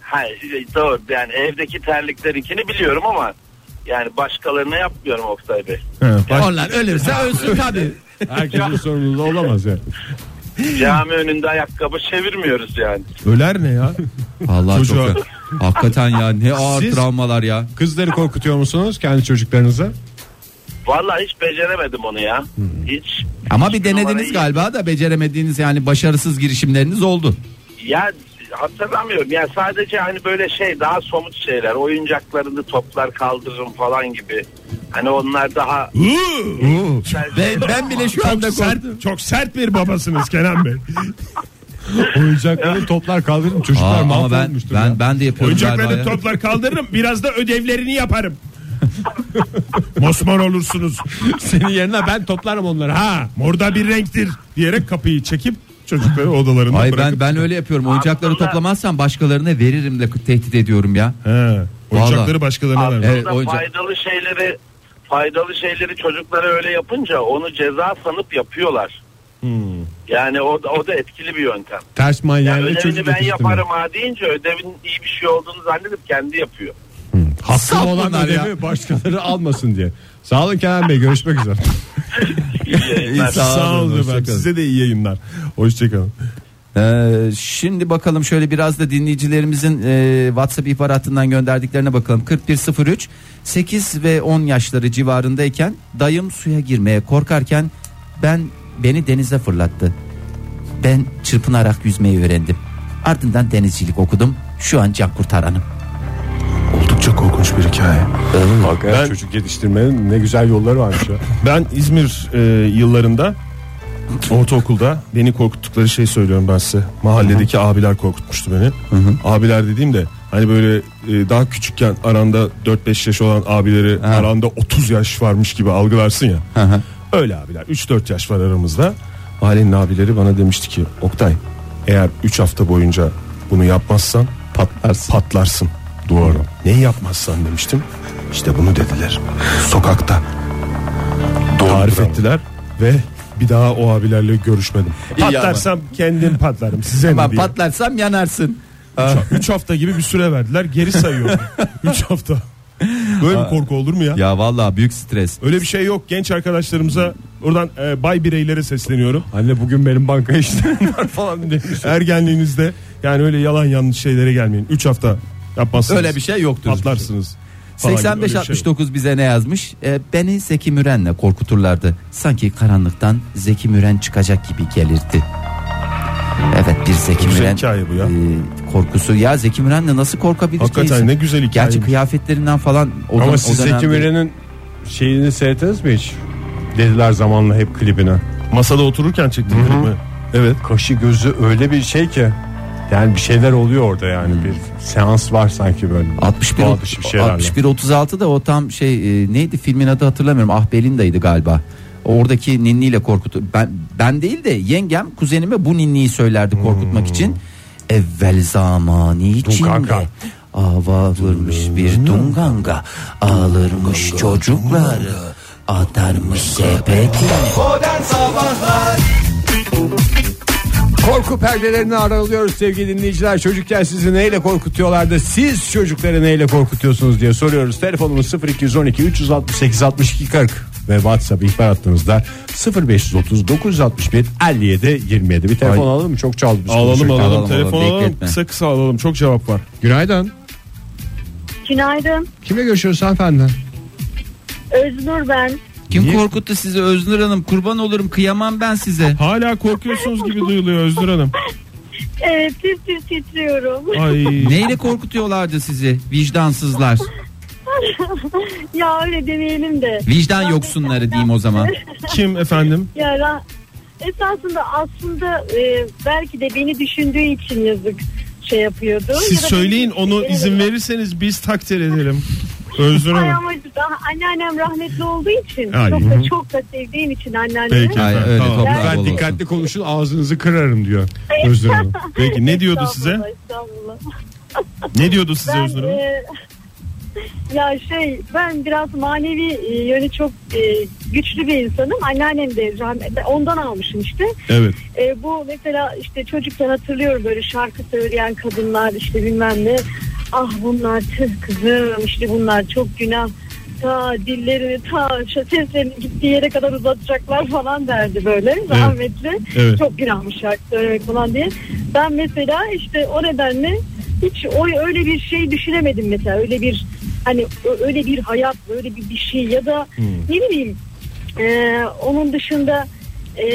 E: Ha, doğru yani evdeki terliklerinkini biliyorum ama yani başkalarına yapmıyorum Oktay Bey.
C: He, baş-
A: Onlar ölürse ölsün tabii.
B: Herkesin sorumluluğu olamaz ya.
E: Cami önünde ayakkabı çevirmiyoruz yani.
C: öler ne ya?
A: Vallahi
C: Çocuğa-
A: çok hakikaten ya ne ağır
B: Siz-
A: travmalar ya.
B: Kızları korkutuyor musunuz kendi çocuklarınızı?
E: Vallahi hiç beceremedim onu ya. Hiç.
A: Hmm. Ama bir
E: hiç
A: denediniz
E: numarayı-
A: galiba da beceremediğiniz yani başarısız girişimleriniz oldu.
E: Ya hatırlamıyorum. Ya sadece hani böyle şey daha somut şeyler. Oyuncaklarını toplar kaldırırım falan gibi. Hani onlar daha...
A: Ben, ben bile şu anda
C: çok
A: korktum.
C: sert, çok sert bir babasınız Kenan Bey.
B: Oyuncakları toplar kaldırın
A: Aa,
B: çocuklar
A: ama ben
B: mahvolmuştur.
A: ben
B: ya.
A: ben de yapıyorum galiba
C: Oyuncakları
A: ya.
C: toplar kaldırırım biraz da ödevlerini yaparım. Mosmor olursunuz.
B: Senin yerine ben toplarım onları ha.
C: Morda bir renktir diyerek kapıyı çekip çocukları odalarına
A: Ay ben
C: bırakıp.
A: ben öyle yapıyorum. Oyuncakları
E: Aslında-
A: toplamazsam başkalarına veririm de tehdit ediyorum ya.
C: He, oyuncakları
A: Vallahi.
C: başkalarına vermiş.
E: Aslında
A: Evet, oyuncak-
E: faydalı şeyleri faydalı şeyleri çocuklara öyle yapınca onu ceza sanıp yapıyorlar.
A: Hmm.
E: Yani o, da- o da etkili bir yöntem.
B: Ters
E: Yani
B: manyağıyla
E: ödevini
B: çocuk
E: ben
B: yetiştirmek.
E: yaparım ha deyince ödevin iyi bir şey olduğunu zannedip kendi yapıyor.
B: Hakkı
A: Saf
B: olan
A: bunlar ya.
B: ödevi başkaları almasın diye. Sağ olun Kenan Bey görüşmek üzere.
A: İyi,
C: Sağ olun
A: hoşça
C: efendim.
A: kalın.
C: Size de iyi yayınlar. Hoşçakalın.
A: Ee, şimdi bakalım şöyle biraz da dinleyicilerimizin e, WhatsApp ihbar hattından gönderdiklerine bakalım. 4103 8 ve 10 yaşları civarındayken dayım suya girmeye korkarken ben beni denize fırlattı. Ben çırpınarak yüzmeyi öğrendim. Ardından denizcilik okudum. Şu an can kurtaranım.
C: Oldukça korkunç bir hikaye.
B: Hakikaten çocuk yetiştirmenin ne güzel yolları varmış ya.
C: Ben İzmir e, yıllarında ortaokulda beni korkuttukları şey söylüyorum ben size. Mahalledeki abiler korkutmuştu beni. Abiler dediğim de hani böyle e, daha küçükken aranda 4-5 yaş olan abileri aranda 30 yaş varmış gibi algılarsın ya. Öyle abiler 3-4 yaş var aramızda. Mahallenin abileri bana demişti ki Oktay Eğer 3 hafta boyunca bunu yapmazsan patlarsın. Patlarsın. Doğru. Neyi yapmazsan demiştim. İşte bunu dediler. Sokakta. Tarif ettiler ve bir daha o abilerle görüşmedim.
A: İyi ama.
C: Patlarsam kendim patlarım. Size ne
A: Ama
C: diye.
A: patlarsam yanarsın.
C: 3 hafta gibi bir süre verdiler. Geri sayıyorum. 3 hafta. Böyle bir korku olur mu ya?
A: Ya vallahi büyük stres.
C: Öyle bir şey yok. Genç arkadaşlarımıza buradan e, bay bireylere sesleniyorum.
B: Anne bugün benim banka işlerim var falan demiş.
C: Ergenliğinizde yani öyle yalan yanlış şeylere gelmeyin. 3 hafta yapmazsınız.
A: Öyle bir şey yoktur.
C: Patlarsınız. falan gibi. Öyle bir şey yok.
A: 85-69 bize ne yazmış? Ee, beni Zeki Müren'le korkuturlardı. Sanki karanlıktan Zeki Müren çıkacak gibi gelirdi. Evet bir Zeki
C: Güzel
A: Müren
C: hikaye bu ya.
A: e, korkusu. Ya Zeki Müren'le nasıl korkabilir ki
C: Hakikaten
A: insan?
C: ne güzel hikaye.
A: Gerçi kıyafetlerinden falan o, dön-
B: Ama
A: o
B: siz Zeki
A: dönemde-
B: Müren'in şeyini seyrettiniz mi hiç? Dediler zamanla hep klibine.
C: Masada otururken çektim filmi.
B: Evet. Kaşı gözü öyle bir şey ki. Yani bir şeyler oluyor orada yani bir seans var sanki böyle.
A: 61
B: Doğa dışı bir şey şeylerle.
A: 61 36 da o tam şey e, neydi filmin adı hatırlamıyorum. Ah Belinda'ydı galiba. Oradaki ninniyle korkutu. Ben ben değil de yengem kuzenime bu ninniyi söylerdi korkutmak
B: Hmm.
A: için. Evvel zamanı içinde
B: Dunganga.
A: avavırmış
B: Hmm.
A: bir dunganga ağlarmış çocukları atarmış sepetine.
B: Korku perdelerini aralıyoruz sevgili dinleyiciler. Çocukken sizi neyle korkutuyorlardı? Siz çocukları neyle korkutuyorsunuz diye soruyoruz. Telefonumuz 0212 368 62 40 ve WhatsApp ihbar hattımızda 0530 961 57 27. Bir telefon
A: Ay.
B: alalım mı? Çok çaldı. biz
C: Alalım alalım,
B: konuşurken.
A: alalım,
C: telefon alalım,
A: bekletme.
C: kısa kısa alalım çok cevap var.
B: Günaydın.
F: Günaydın.
B: Kime görüşüyoruz hanımefendi?
F: Özgür ben.
A: Kim
B: Niye?
A: korkuttu sizi Öznur Hanım? Kurban olurum kıyamam ben size.
C: Hala korkuyorsunuz gibi duyuluyor Özgür Hanım.
F: Evet, Ee, tir tir titriyorum.
C: Ay
A: Neyle korkutuyorlardı sizi vicdansızlar?
F: ya öyle demeyelim de.
A: Vicdan yoksunları diyeyim o zaman.
C: kim efendim?
F: Ya ra- esasında aslında e, belki de beni düşündüğü için yazık şey yapıyordu.
C: Siz
F: Ya da
C: söyleyin
F: beni-
C: onu izin verirseniz biz takdir edelim. Özgür
F: Ay
C: Hanım.
F: ama daha anneannem rahmetli olduğu için
C: Ay.
F: çok da çok da sevdiğim için anneannemi.
C: Peki
A: Ay,
C: efendim.
A: öyle
C: tamam.
A: toplar
C: Ben
A: bol
C: dikkat-
A: olsun.
B: konuşun ağzınızı kırarım diyor.
C: Özgür Hanım. Peki ne diyordu
F: Estağfurullah,
C: size?
F: estağfurullah.
C: Ne diyordu size
F: Ben,
C: Özgür Hanım?
F: e, ya şey ben biraz manevi e, yönü çok e, güçlü bir insanım. Anneannem de rahmetli ondan almışım işte.
C: Evet.
F: E, bu mesela işte çocukken hatırlıyorum böyle şarkı söyleyen kadınlar işte bilmem ne. Ah bunlar tüh kızım işte bunlar çok günah. Ta dillerini ta şu seslerini gittiği yere kadar uzatacaklar falan derdi böyle rahmetli.
C: Evet.
F: Çok günahmış şarkı söylemek falan diye. Ben mesela işte o nedenle hiç o öyle bir şey düşünemedim mesela öyle bir hani ö- öyle bir hayat öyle bir bir şey ya da ne bileyim e, onun dışında e,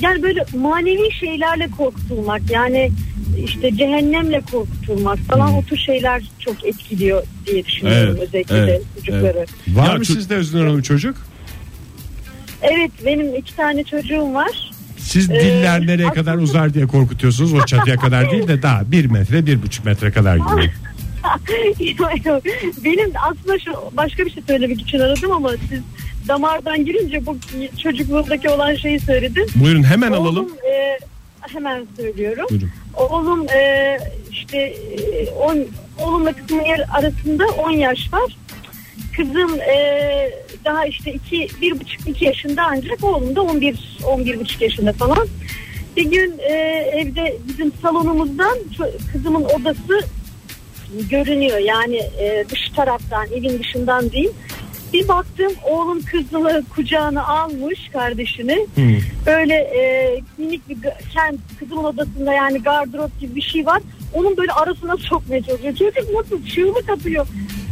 F: yani böyle manevi şeylerle korkutulmak yani işte cehennemle korkutulmak falan o tür şeyler çok etkiliyor diye düşünüyorum
C: Evet,
F: özellikle
C: evet,
F: de çocukları. Evet.
B: Var
C: Ya
B: mı
C: çok-
B: sizde Özgür Hanım çocuk?
F: benim iki tane çocuğum var.
B: Siz
F: Ee,
B: diller nereye kadar
F: aslında-
B: uzar diye korkutuyorsunuz. O çatıya kadar değil de daha bir metre bir buçuk metre kadar gidiyor.
F: Yok, yok. benim aslında şu başka bir şey söylemek için aradım ama siz damardan girince bu çocukluğumdaki olan şeyi söyledim.
C: Buyurun hemen alalım.
F: Oğlum, e, hemen söylüyorum.
C: Buyurun.
F: Oğlum e, işte e, on, oğlumla kızımın yer arasında 10 yaş var. Kızım e, daha işte iki, bir buçuk iki yaşında ancak oğlum da 11 11 buçuk yaşında falan. Bir gün e, evde bizim salonumuzdan ço- kızımın odası görünüyor. Yani e, dış taraftan, evin dışından değil. Bir baktım oğlum kızını kucağına almış kardeşini. Böyle e, minik bir ga- kend, kızımın odasında yani gardırop gibi bir şey var. Onun böyle arasına sokmaya çalışıyor. Çocuk nasıl çığlık atıyor.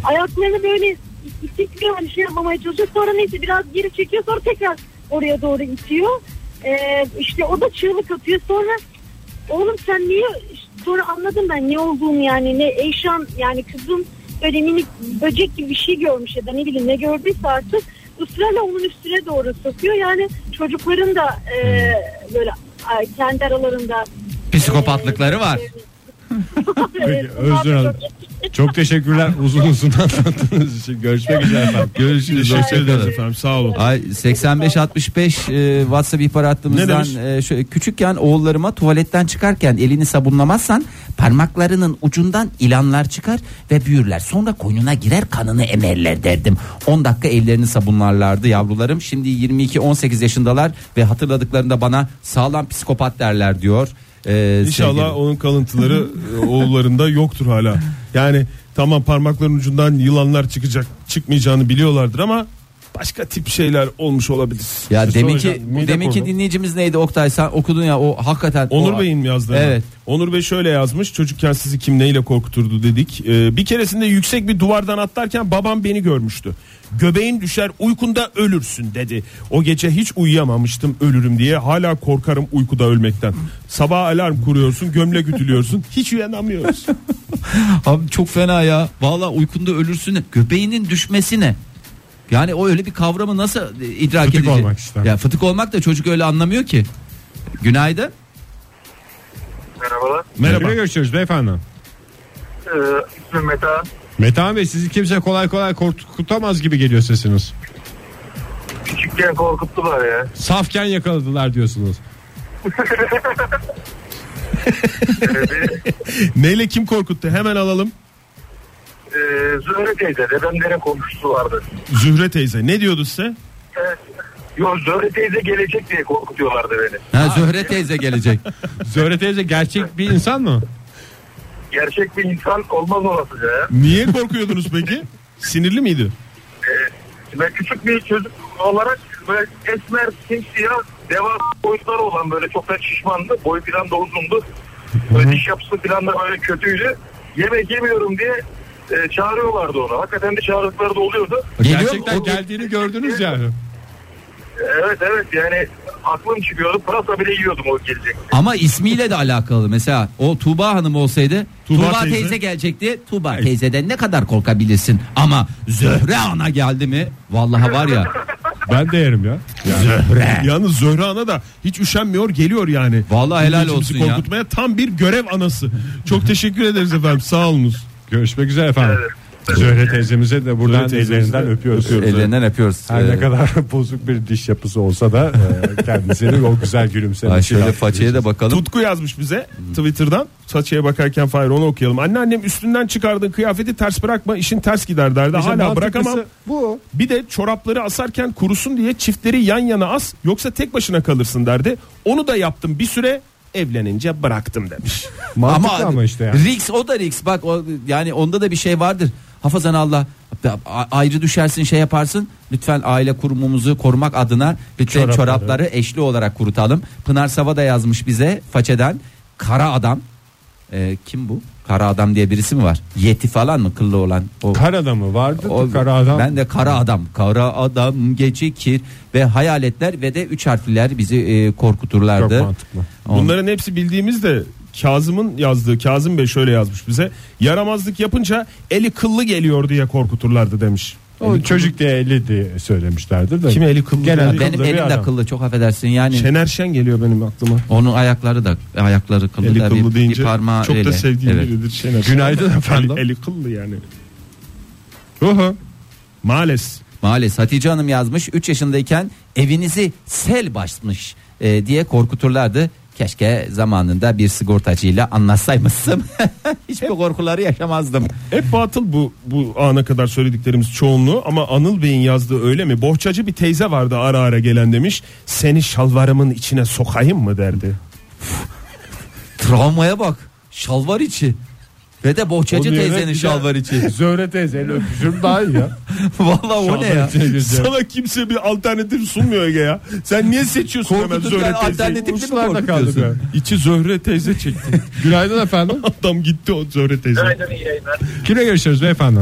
F: Ayaklarını böyle itikliyor hani şey yapmamaya çalışıyor. Sonra neyse biraz geri çekiyor sonra tekrar oraya doğru itiyor. E, işte o da çığlık atıyor. Sonra Oğlum sen niye sonra anladım ben ne olduğunu yani ne Eyşan yani kızım böyle minik böcek gibi bir şey görmüş ya da ne bileyim ne gördüyse artık ısrarla onun üstüne doğru sokuyor yani çocukların da e,
A: Hmm.
F: böyle ay, kendi aralarında e,
A: Psikopatlıkları var.
F: Evet,
B: Özür dilerim.
F: bunlar da çok-
B: Çok teşekkürler uzun uzun anlattığınız için. Görüşmek üzere efendim.
C: Görüşürüz.
A: Teşekkür
C: Hoşça kalın
A: ederim.
C: efendim. Sağ olun.
A: Ay 85 65 e, WhatsApp ihbar hattımızdan e, şöyle küçükken oğullarıma tuvaletten çıkarken elini sabunlamazsan parmaklarının ucundan ilanlar çıkar ve büyürler. Sonra koynuna girer kanını emerler derdim. 10 dakika ellerini sabunlarlardı yavrularım. Şimdi 22 18 yaşındalar ve hatırladıklarında bana sağlam psikopat derler diyor. E,
C: İnşallah
A: sevgili-
C: onun kalıntıları e, oğullarında yoktur hala. Yani tamam parmakların ucundan yılanlar çıkacak çıkmayacağını biliyorlardır ama başka tip şeyler olmuş olabilir.
A: Ya
C: İşte
A: demin ki
C: soracağım, mide
A: demin ki
C: kordonu.
A: dinleyicimiz neydi Oktay sen okudun ya o hakikaten
C: Onur
A: o-
C: Bey'in mi yazdığı?
A: Evet.
C: Onur Bey şöyle yazmış. Çocukken sizi kim neyle korkuturdu dedik. Ee, bir keresinde yüksek bir duvardan atlarken babam beni görmüştü. Göbeğin düşer uykunda ölürsün dedi. O gece hiç uyuyamamıştım ölürüm diye. Hala korkarım uykuda ölmekten. Sabah alarm kuruyorsun gömlek ütülüyorsun. Hiç uyanamıyoruz.
A: Abi çok fena ya. Valla uykunda ölürsün. Göbeğinin düşmesi ne? Yani o öyle bir kavramı nasıl e, idrak
B: Fıtık
A: edecek?
B: olmak işte.
A: Ya fıtık olmak da çocuk öyle anlamıyor ki. Günaydın.
G: Merhabalar.
B: Merhaba. görüşürüz beyefendi.
G: Ee, ismim Meta.
B: Metehan Bey sizi kimse kolay kolay korkutamaz gibi geliyor sesiniz.
G: Küçükken korkuttular ya.
B: Safken yakaladılar diyorsunuz.
C: neyle kim korkuttu hemen alalım.
G: Ee, Zühre teyze dedemlerin komşusu vardı.
C: Zühre teyze ne diyordu size?
G: Evet. Yo Zühre teyze gelecek diye korkutuyorlardı beni.
A: Ha, Zöhre teyze gelecek.
B: Zöhre teyze gerçek bir insan mı?
G: Gerçek bir insan olmaz olasıca ya.
C: Niye korkuyordunuz peki? Sinirli miydi?
G: Ben küçük bir çocuk olarak böyle esmer, simsiyah, devasa boyutları olan böyle çok da şişmandı. Boyu falan da uzundu. Böyle diş yapısı falan da böyle kötüydü. Yemek yemiyorum diye e, çağırıyorlardı onu. Hakikaten de çağırdıkları da oluyordu.
A: Geliyor mu?
B: Gerçekten
A: O-
B: geldiğini gördünüz yani.
G: E, Evet evet yani aklım çıkıyordu. Pırasa bile yiyordum o gelecek.
A: Ama ismiyle de alakalı. Mesela o Tuğba Hanım olsaydı
C: Tuğba
A: Tuğba,
C: teyze.
A: teyze. gelecekti. Tuğba teyzeden ne kadar korkabilirsin? Ama Zöhre ana geldi mi? Vallahi var ya.
B: Ben de yerim ya.
C: Yalnız Zöhre Ana da hiç üşenmiyor geliyor yani.
A: Vallahi helal
C: Dinleyicimizi
A: olsun ya.
C: korkutmaya tam bir görev anası. Çok teşekkür ederiz efendim sağ olunuz.
B: Görüşmek üzere efendim. Zöhre teyzemize de buradan
C: Zöhre teyzemizi
B: ellerinden
C: de
B: öpüyoruz.
C: öpüyoruz.
A: Ellerinden öpüyoruz.
B: Her
A: Ee,
B: ne kadar bozuk bir diş yapısı olsa da e, kendisini o güzel
A: ay
B: gülümsemesi.
A: şöyle façeye de bakalım.
C: Tutku yazmış bize Twitter'dan. Saçıya bakarken Fahir onu okuyalım. Anneannem üstünden çıkardığın kıyafeti ters bırakma işin ters gider derdi.
B: İşte
C: Hala
B: mantıklısı
C: bırakamam.
B: Bu.
C: Bir de çorapları asarken kurusun diye çiftleri yan yana as yoksa tek başına kalırsın derdi. Onu da yaptım bir süre evlenince bıraktım demiş.
B: Mantıklı ama, işte yani.
A: Riks o da riks bak o, yani onda da bir şey vardır. Hafazan Allah a- ayrı düşersin şey yaparsın. Lütfen aile kurumumuzu korumak adına lütfen
B: Çorapları.
A: çorapları, eşli olarak kurutalım. Pınar Sava da yazmış bize façeden kara adam. Ee, kim bu? Kara adam diye birisi mi var? Yeti falan mı kıllı olan? O,
B: Karada mı vardı?
A: o-
B: kara adam.
A: Ben de kara adam. Kara adam gecikir ve hayaletler ve de üç harfliler bizi e,
B: Çok
A: korkuturlardı.
B: mantıklı.
A: Ondan-
C: Bunların hepsi bildiğimiz de Kazım'ın yazdığı Kazım Bey şöyle yazmış bize. Yaramazlık yapınca eli kıllı geliyor diye korkuturlardı demiş.
B: O çocuk diye eli diye söylemişlerdir de.
C: Kim eli kıllı? dedi?
B: Genelde
A: benim
B: akıllı bir
A: elim de
B: adam. Şey
A: kıllı çok affedersin yani.
C: Şener Şen geliyor benim aklıma.
A: Onun ayakları da ayakları kıllı
C: Eli
A: da
C: kıllı
A: bir,
C: deyince
A: bir parmağı
C: çok
A: öyle.
C: da sevdiğim
A: Evet.
C: biridir Şener Şen.
B: Günaydın efendim.
C: Eli, eli kıllı yani.
B: Oho.
C: Maalesef.
A: Maalesef Hatice Hanım yazmış 3 yaşındayken evinizi sel basmış e, diye korkuturlardı. Keşke zamanında bir sigortacıyla anlaşsaymışsın. Hiçbir korkuları yaşamazdım.
C: Hep batıl bu bu ana kadar söylediklerimiz çoğunluğu ama Anıl Bey'in yazdığı öyle mi? Bohçacı bir teyze vardı ara ara gelen demiş. Seni şalvarımın içine sokayım mı derdi.
A: Travmaya bak. Şalvar içi. Ve de bohçacı
B: Onun yerine
A: teyzenin
B: bir
A: şalvar içi.
B: Zöhre teyze eli öpüşürüm daha iyi ya.
A: Vallahi o ne ya?
C: Sana kimse bir alternatif sunmuyor Ege ya. Sen niye seçiyorsun hemen
A: Korkuturken
C: Zöhre teyzeyi?
A: alternatif-
B: Uçlarda
A: korkutuyorsun?
B: kaldık ya.
C: İçi Zöhre teyze çekti.
B: Günaydın efendim.
C: Adam gitti o Zöhre teyze.
G: Günaydın iyi yayınlar.
B: Kimle görüşüyoruz beyefendi?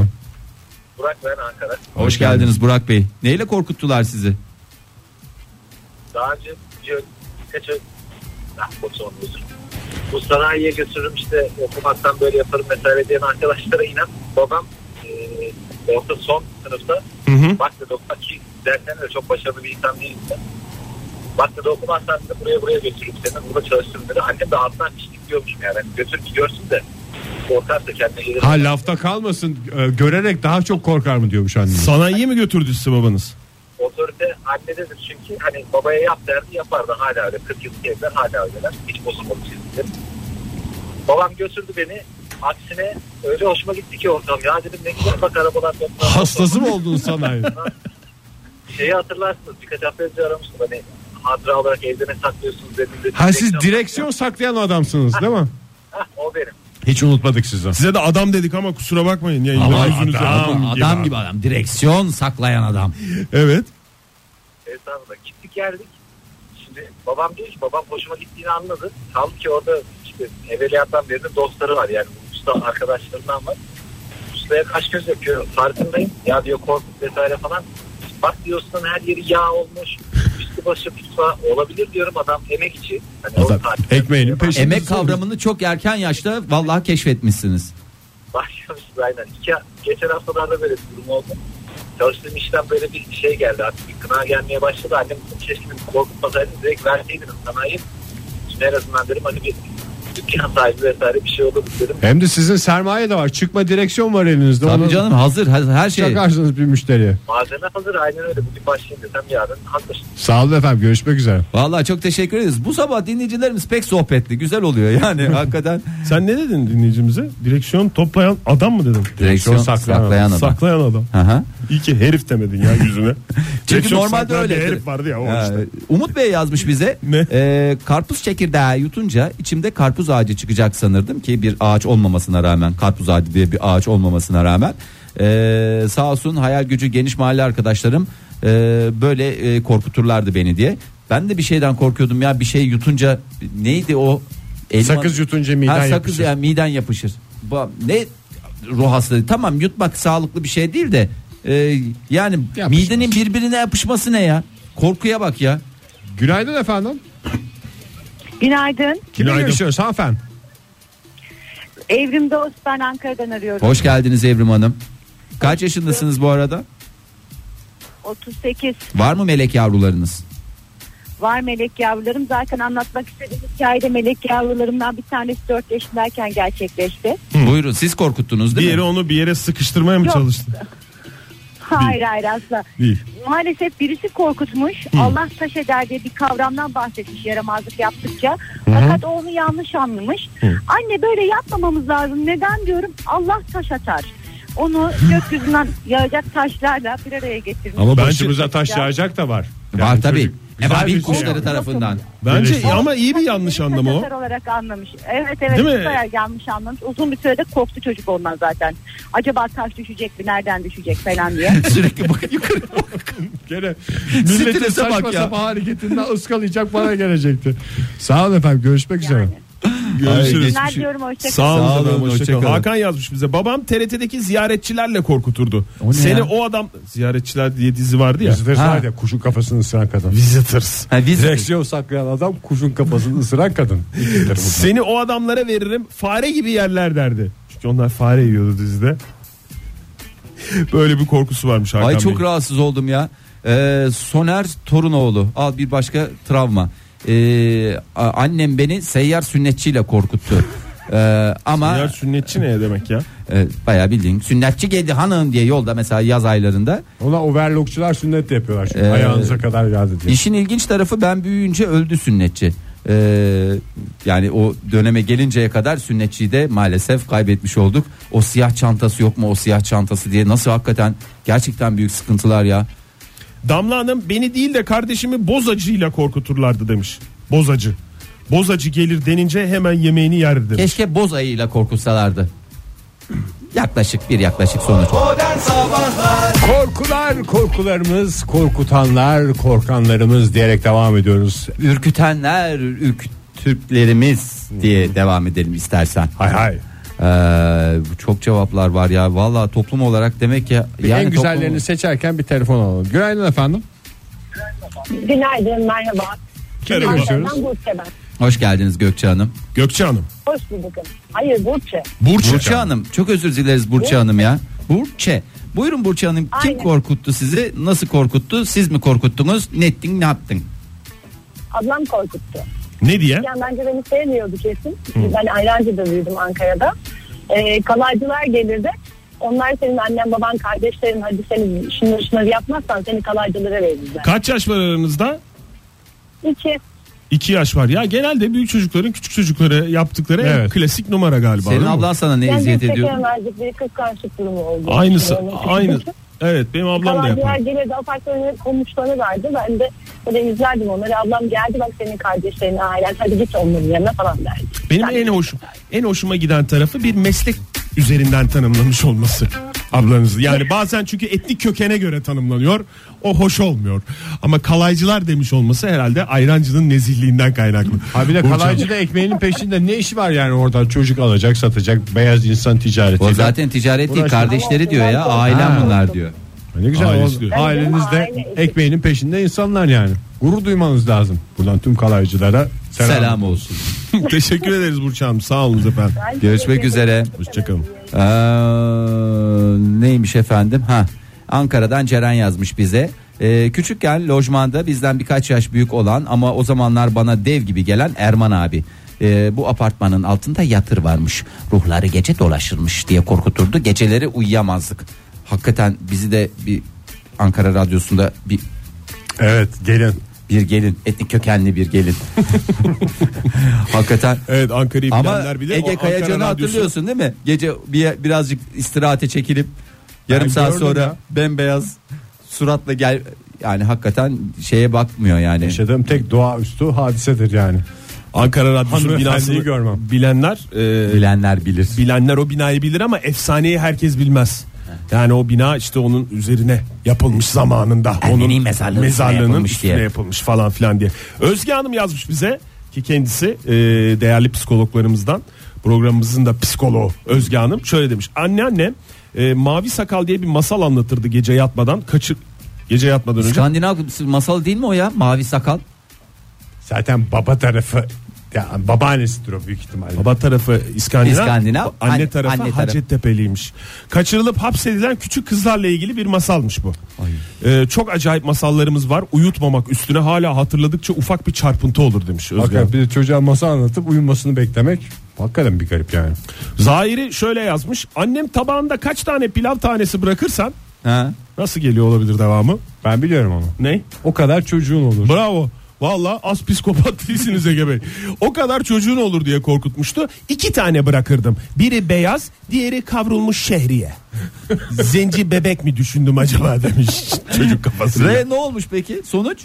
G: Burak ben Ankara.
A: Hoş geldiniz Burak Bey. Neyle korkuttular sizi?
G: Daha önce bir- birkaç ö- Ah, bu son özür. Bu sanayiye götürürüm işte okumaktan böyle yaparım vesaire diyen arkadaşlara inan. Babam e, orta son sınıfta
C: Hı hı.
G: bak dedi okuma ki dersen de çok başarılı bir insan değilsin. Bak dedi okumazsan dedi buraya buraya götürürüm seni. Burada çalıştırırım dedi. Annem de altından çizik diyormuş yani. Hani götür ki görsün de
H: korkar da kendine gelir.
B: Ha lafta kalmasın e, görerek daha çok korkar mı diyormuş annem.
C: Sanayiye mi götürdü sizi babanız?
H: Otorite annededir çünkü hani babaya yap derdi yapardı hala öyle. 40 yıllık evler hala öyleler. Hiç bozulmadı çizgiler. Babam götürdü beni. Aksine öyle hoşuma gitti ki ortam. Ya dedim ne güzel bak arabalar. toplar.
B: Hastası mı oldun sanayi?
H: Şeyi hatırlarsınız birkaç hafta önce aramıştım hani hatıra olarak evde ne saklıyorsunuz dedim. dedim.
B: ha siz direksiyon saklayan adamsınız değil mi?
H: Hah, Ah, o benim.
B: Hiç unutmadık sizi.
C: Size de adam dedik ama kusura bakmayın. Ya,
A: Ama
C: yüzünüze
A: adam, adam, gibi adam. Direksiyon saklayan adam.
C: Evet.
H: Estağfurullah. Gittik geldik. Şimdi babam diyor ki babam hoşuma gittiğini anladı. Halbuki orada işte evveliyattan beri de dostları var yani. Usta arkadaşlarından var. Ustaya kaş göz yapıyor. Farkındayım. Ya diyor korkut vesaire falan. Bak diyorsun her yeri yağ olmuş. Üstü başı tutma olabilir diyorum adam emek içi. Hani
B: Adam
H: o tatil-
B: ekmeğinin peşinde.
A: Emek kavramını çok erken yaşta vallahi keşfetmişsiniz.
H: başlamışız aynen. İki, geçen haftalarda böyle bir durum oldu. Çalıştığım işten böyle bir şey geldi artık bir kına gelmeye başladı. Annem keşke beni korkutmasaydın direkt verseydiniz sanayi. Şimdi en azından dedim hani bir dükkan sahibi vesaire bir şey olurdu dedim.
B: Hem de sizin sermaye de var. Çıkma direksiyon var elinizde.
A: Tabii
B: Onu
A: canım hazır her- her şey.
B: Çakarsınız bir müşteriye.
H: Malzeme hazır aynen öyle. Bugün başlayayım desem yarın hazır.
B: Sağ olun efendim görüşmek üzere.
A: Vallahi çok teşekkür ederiz. Bu sabah dinleyicilerimiz pek sohbetli. Güzel oluyor yani hakikaten.
C: Sen ne dedin dinleyicimize? Direksiyon toplayan adam mı dedin?
A: Direksiyon saklayan adam.
C: Saklayan adam.
A: Hı hı.
C: İyi ki herif demedin ya yüzüne.
A: Çünkü
C: Direksiyon
A: normalde
C: saklayan bir
A: öyle.
C: Herif vardı ya o
A: Ha,
C: işte.
A: Umut Bey yazmış bize.
C: Ne?
A: Ee, karpuz çekirdeği yutunca içimde karpuz ağacı çıkacak sanırdım ki bir ağaç olmamasına rağmen karpuz ağacı diye bir ağaç olmamasına rağmen ee, sağ olsun hayal gücü geniş mahalle arkadaşlarım ee, böyle ee, korkuturlardı beni diye. Ben de bir şeyden korkuyordum ya bir şey yutunca neydi o? Elma-
B: Sakız yutunca miden
A: ha, sakız
B: yapışır.
A: ya miden yapışır. Ba- Ne ruh hastalığı tamam yutmak sağlıklı bir şey değil de ee, yani
B: Yapışmaz.
A: midenin birbirine yapışması ne ya? Korkuya bak ya.
B: Günaydın efendim.
I: Günaydın.
B: Kimle
C: Günaydın.
B: görüşüyoruz hanımefendi?
I: Evrim Dost ben Ankara'dan arıyorum.
A: Hoş geldiniz Evrim Hanım. Kaç yaşındasınız bu arada?
I: 38
A: Var mı melek yavrularınız?
I: var melek yavrularım. Zaten anlatmak istediğim hikayede melek yavrularımdan bir tanesi 4 yaşındayken gerçekleşti.
A: Buyurun siz korkuttunuz
C: Bir
A: değil
C: yere
A: mi?
C: onu bir yere sıkıştırmaya mı
I: Yok.
C: çalıştın?
I: Hayır hayır asla.
C: Değil.
I: Maalesef birisi korkutmuş. Allah taş eder diye bir kavramdan bahsetmiş yaramazlık yaptıkça. Fakat o onu yanlış anlamış. Anne böyle yapmamamız lazım. Neden diyorum? Allah taş atar. Onu gökyüzünden yağacak taşlarla bir araya getirmiş.
B: Ama
C: Bence-
B: başımıza taş yağacak da var.
A: Var
B: Yani
A: tabii.
B: şey- çocuk güzel
A: Ebabil
B: bir şey
A: kuşları
B: yani.
A: tarafından.
C: Bence
B: Direksiyon.
C: ama iyi bir yanlış
I: Taş
C: anlamı o.
I: atar olarak anlamış. Evet evet
C: Değil mi?
I: süper yanlış anlamış. Uzun bir sürede korktu çocuk ondan zaten. Acaba taş düşecek mi? Nereden düşecek falan diye.
A: Sürekli bakın yukarı.
B: Gene milletin
A: Strese bak
B: saçma
A: ya.
B: sapan hareketinden ıskalayacak bana gelecekti. Sağ olun efendim görüşmek üzere.
I: Yani.
C: Görüşürüz.
I: Günler diyorum hoşçakalın.
C: Sağ olun,
A: Sağ olun,
C: efendim, hoşça
A: hoşça
C: kalın.
A: kalın.
C: Hakan yazmış bize. Babam TRT'deki ziyaretçilerle korkuturdu.
A: O ne
C: Seni
A: ya?
C: o adam ziyaretçiler diye dizi vardı ya.
B: Visitors
A: Ha.
B: var ya kuşun kafasını ısıran kadın.
C: Visitors.
A: Ha, biz-
B: Direksiyon saklayan adam kuşun kafasını ısıran kadın. İkidir bu.
C: Seni o adamlara veririm. Fare gibi yerler derdi. Çünkü onlar fare yiyordu dizide. Böyle bir korkusu varmış Hakan
A: Ay çok
C: Bey.
A: rahatsız oldum ya. Ee, Soner Torunoğlu. Al bir başka travma. Ee, a- annem beni seyyar sünnetçiyle korkuttu. Ee, ama
C: Yer sünnetçi ne demek ya?
A: e, bayağı bildiğin sünnetçi geldi hanım diye yolda mesela yaz aylarında
B: Ona overlockçular sünnet de yapıyorlar şimdi
A: Ee,
B: ayağınıza kadar geldi diye.
A: İşin ilginç tarafı ben büyüyünce öldü sünnetçi. Ee, yani o döneme gelinceye kadar sünnetçiyi de maalesef kaybetmiş olduk. O siyah çantası yok mu o siyah çantası diye nasıl hakikaten gerçekten büyük sıkıntılar ya.
C: Damla Hanım beni değil de kardeşimi bozacıyla korkuturlardı demiş. Bozacı. Bozacı gelir denince hemen yemeğini yerdi demiş.
A: Keşke boz ayıyla korkutsalardı. Yaklaşık bir yaklaşık sonuç.
B: Korkular korkularımız korkutanlar korkanlarımız diyerek devam ediyoruz.
A: Ürkütenler ürkütüklerimiz
B: Hmm.
A: diye devam edelim istersen.
B: Hay hay.
A: Ee, bu çok cevaplar var ya. Vallahi toplum olarak demek ki
B: Bir en güzellerini seçerken bir telefon alalım. Günaydın efendim.
J: Günaydın, merhaba.
C: Kere
B: görüşürüz.
J: Ben Burçe ben.
A: Hoş geldiniz Gökçe Hanım.
C: Gökçe Hanım.
J: Hoş bulduk. Hayır Burçe.
A: Burçe, Hanım. Çok özür dileriz Burçe Hanım ya. Burçe. Buyurun Burçe Hanım kim
J: Aynen.
A: korkuttu sizi? Nasıl korkuttu? Siz mi korkuttunuz? Ne ettin ne yaptın?
J: Ablam korkuttu.
C: Ne diye?
J: Yani bence beni sevmiyordu kesin. Ben aylarca da büyüdüm hani, Ankara'da. e, kalaycılar gelirdi. Onlar senin annen baban kardeşlerin hadi senin şunları şunları yapmazsan seni kalaycılara verirler.
C: Kaç yaş var aranızda?
J: İki.
C: 2 yaş var. Ya genelde büyük çocukların küçük çocuklara yaptıkları en
B: Evet.
C: klasik numara galiba.
A: Senin
C: değil mi?
A: ablan sana ne
J: Ben de
A: eziyet ediyor?
J: çekemezlik bir kıskançlık durumu oldu.
C: Aynısı.
J: Yani onun
C: Aynı.
J: çünkü
C: Evet benim ablam da
J: Kalaycılar
C: yapar.
J: gelirdi apartmanın komşularına verdi. Ben de böyle izlerdim onları. Ablam geldi bak senin kardeşlerin ailen hadi git onların yanına falan derdi.
C: Benim en hoşum en hoşuma giden tarafı bir meslek üzerinden tanımlamış olması ablanızı. Yani bazen çünkü etnik kökene göre tanımlanıyor. O hoş olmuyor. Ama kalaycılar demiş olması herhalde ayrancının nezihliğinden kaynaklı.
B: Ha bir de
C: Burcu.
B: kalaycı da ekmeğinin peşinde ne işi var yani oradan çocuk alacak satacak beyaz insan ticareti.
A: O zaten ticaret değil
B: Uğraşma.
A: kardeşleri diyor ya ailem
B: Ha.
A: bunlar diyor.
B: Ne güzel
C: Ailesi
B: o-
C: diyor.
B: ailenizde
J: Aile.
B: ekmeğinin peşinde insanlar yani. Gurur duymanız lazım. Buradan tüm kalaycılara selam.
A: Selam olsun.
C: Teşekkür ederiz Burçam. Sağ olun efendim.
A: Görüşmek üzere.
C: Hoşçakalın.
A: Ee, neymiş efendim? Ha Ankara'dan Ceren yazmış bize. Ee, küçükken lojmanda bizden birkaç yaş büyük olan ama o zamanlar bana dev gibi gelen Erman abi. Ee, bu apartmanın altında yatır varmış. Ruhları gece dolaşırmış diye korkuturdu. Geceleri uyuyamazdık. Hakikaten bizi de bir Ankara Radyosu'nda bir
B: Evet gelin.
A: bir gelin etnik kökenli bir gelin. Hakikaten
C: Evet Ankara'yı
A: ama
C: bilenler bilir. O
A: Ege
C: Ankara
A: Kayacan'ı
C: Radyosu-
A: hatırlıyorsun değil mi? Gece bir, birazcık istirahate çekilip yarım
B: Ben
A: saat
B: gördüm
A: sonra
B: ya.
A: bembeyaz suratla gel yani hakikaten şeye bakmıyor yani.
C: Şey,
B: Yaşadığım tek doğaüstü hadisedir yani.
C: Ankara Radyosu
B: Hanımefendiyi
C: binasını
B: görmem.
C: bilenler e,
A: Bilenler bilir.
C: bilenler o binayı bilir ama efsaneyi herkes bilmez. Yani o bina işte onun üzerine yapılmış zamanında.
A: Ermeni
C: onun
A: mezarlığının üstüne
C: mezarlığının
A: yapılmış
C: üstüne
A: diye.
C: yapılmış falan filan diye. Özge Hanım yazmış bize ki kendisi e, değerli psikologlarımızdan programımızın da psikoloğu Özge Hanım şöyle demiş. Anneannem e, Mavi Sakal diye bir masal anlatırdı gece yatmadan. Kaçır gece yatmadan önce.
A: İskandinav masal değil mi o ya? Mavi sakal.
B: Zaten baba tarafı yani babaannesidir o büyük ihtimalle.
C: Baba tarafı İskandinav,
A: İskandinav,
C: anne,
A: anne-
C: tarafı
A: anne tarafı.
C: Hacettepe'liymiş. Kaçırılıp hapsedilen küçük kızlarla ilgili bir masalmış bu. Ee, çok acayip masallarımız var. Uyutmamak üstüne hala hatırladıkça ufak bir çarpıntı olur demiş Özge.
B: Hakikaten bir de çocuğa masa anlatıp uyumasını beklemek hakikaten bir garip yani.
C: Zahiri şöyle yazmış. Annem tabağında kaç tane pilav tanesi bırakırsan
A: Ha?
C: nasıl geliyor olabilir devamı?
B: Ben biliyorum onu.
C: Ne?
B: O kadar çocuğun olur.
C: Bravo. Valla az psikopat değilsiniz Ege Bey. O kadar çocuğun olur diye korkutmuştu. İki tane bırakırdım. Biri beyaz, diğeri kavrulmuş şehriye. Zenci bebek mi düşündüm acaba demiş çocuk kafası.
A: Ve ne olmuş peki? Sonuç?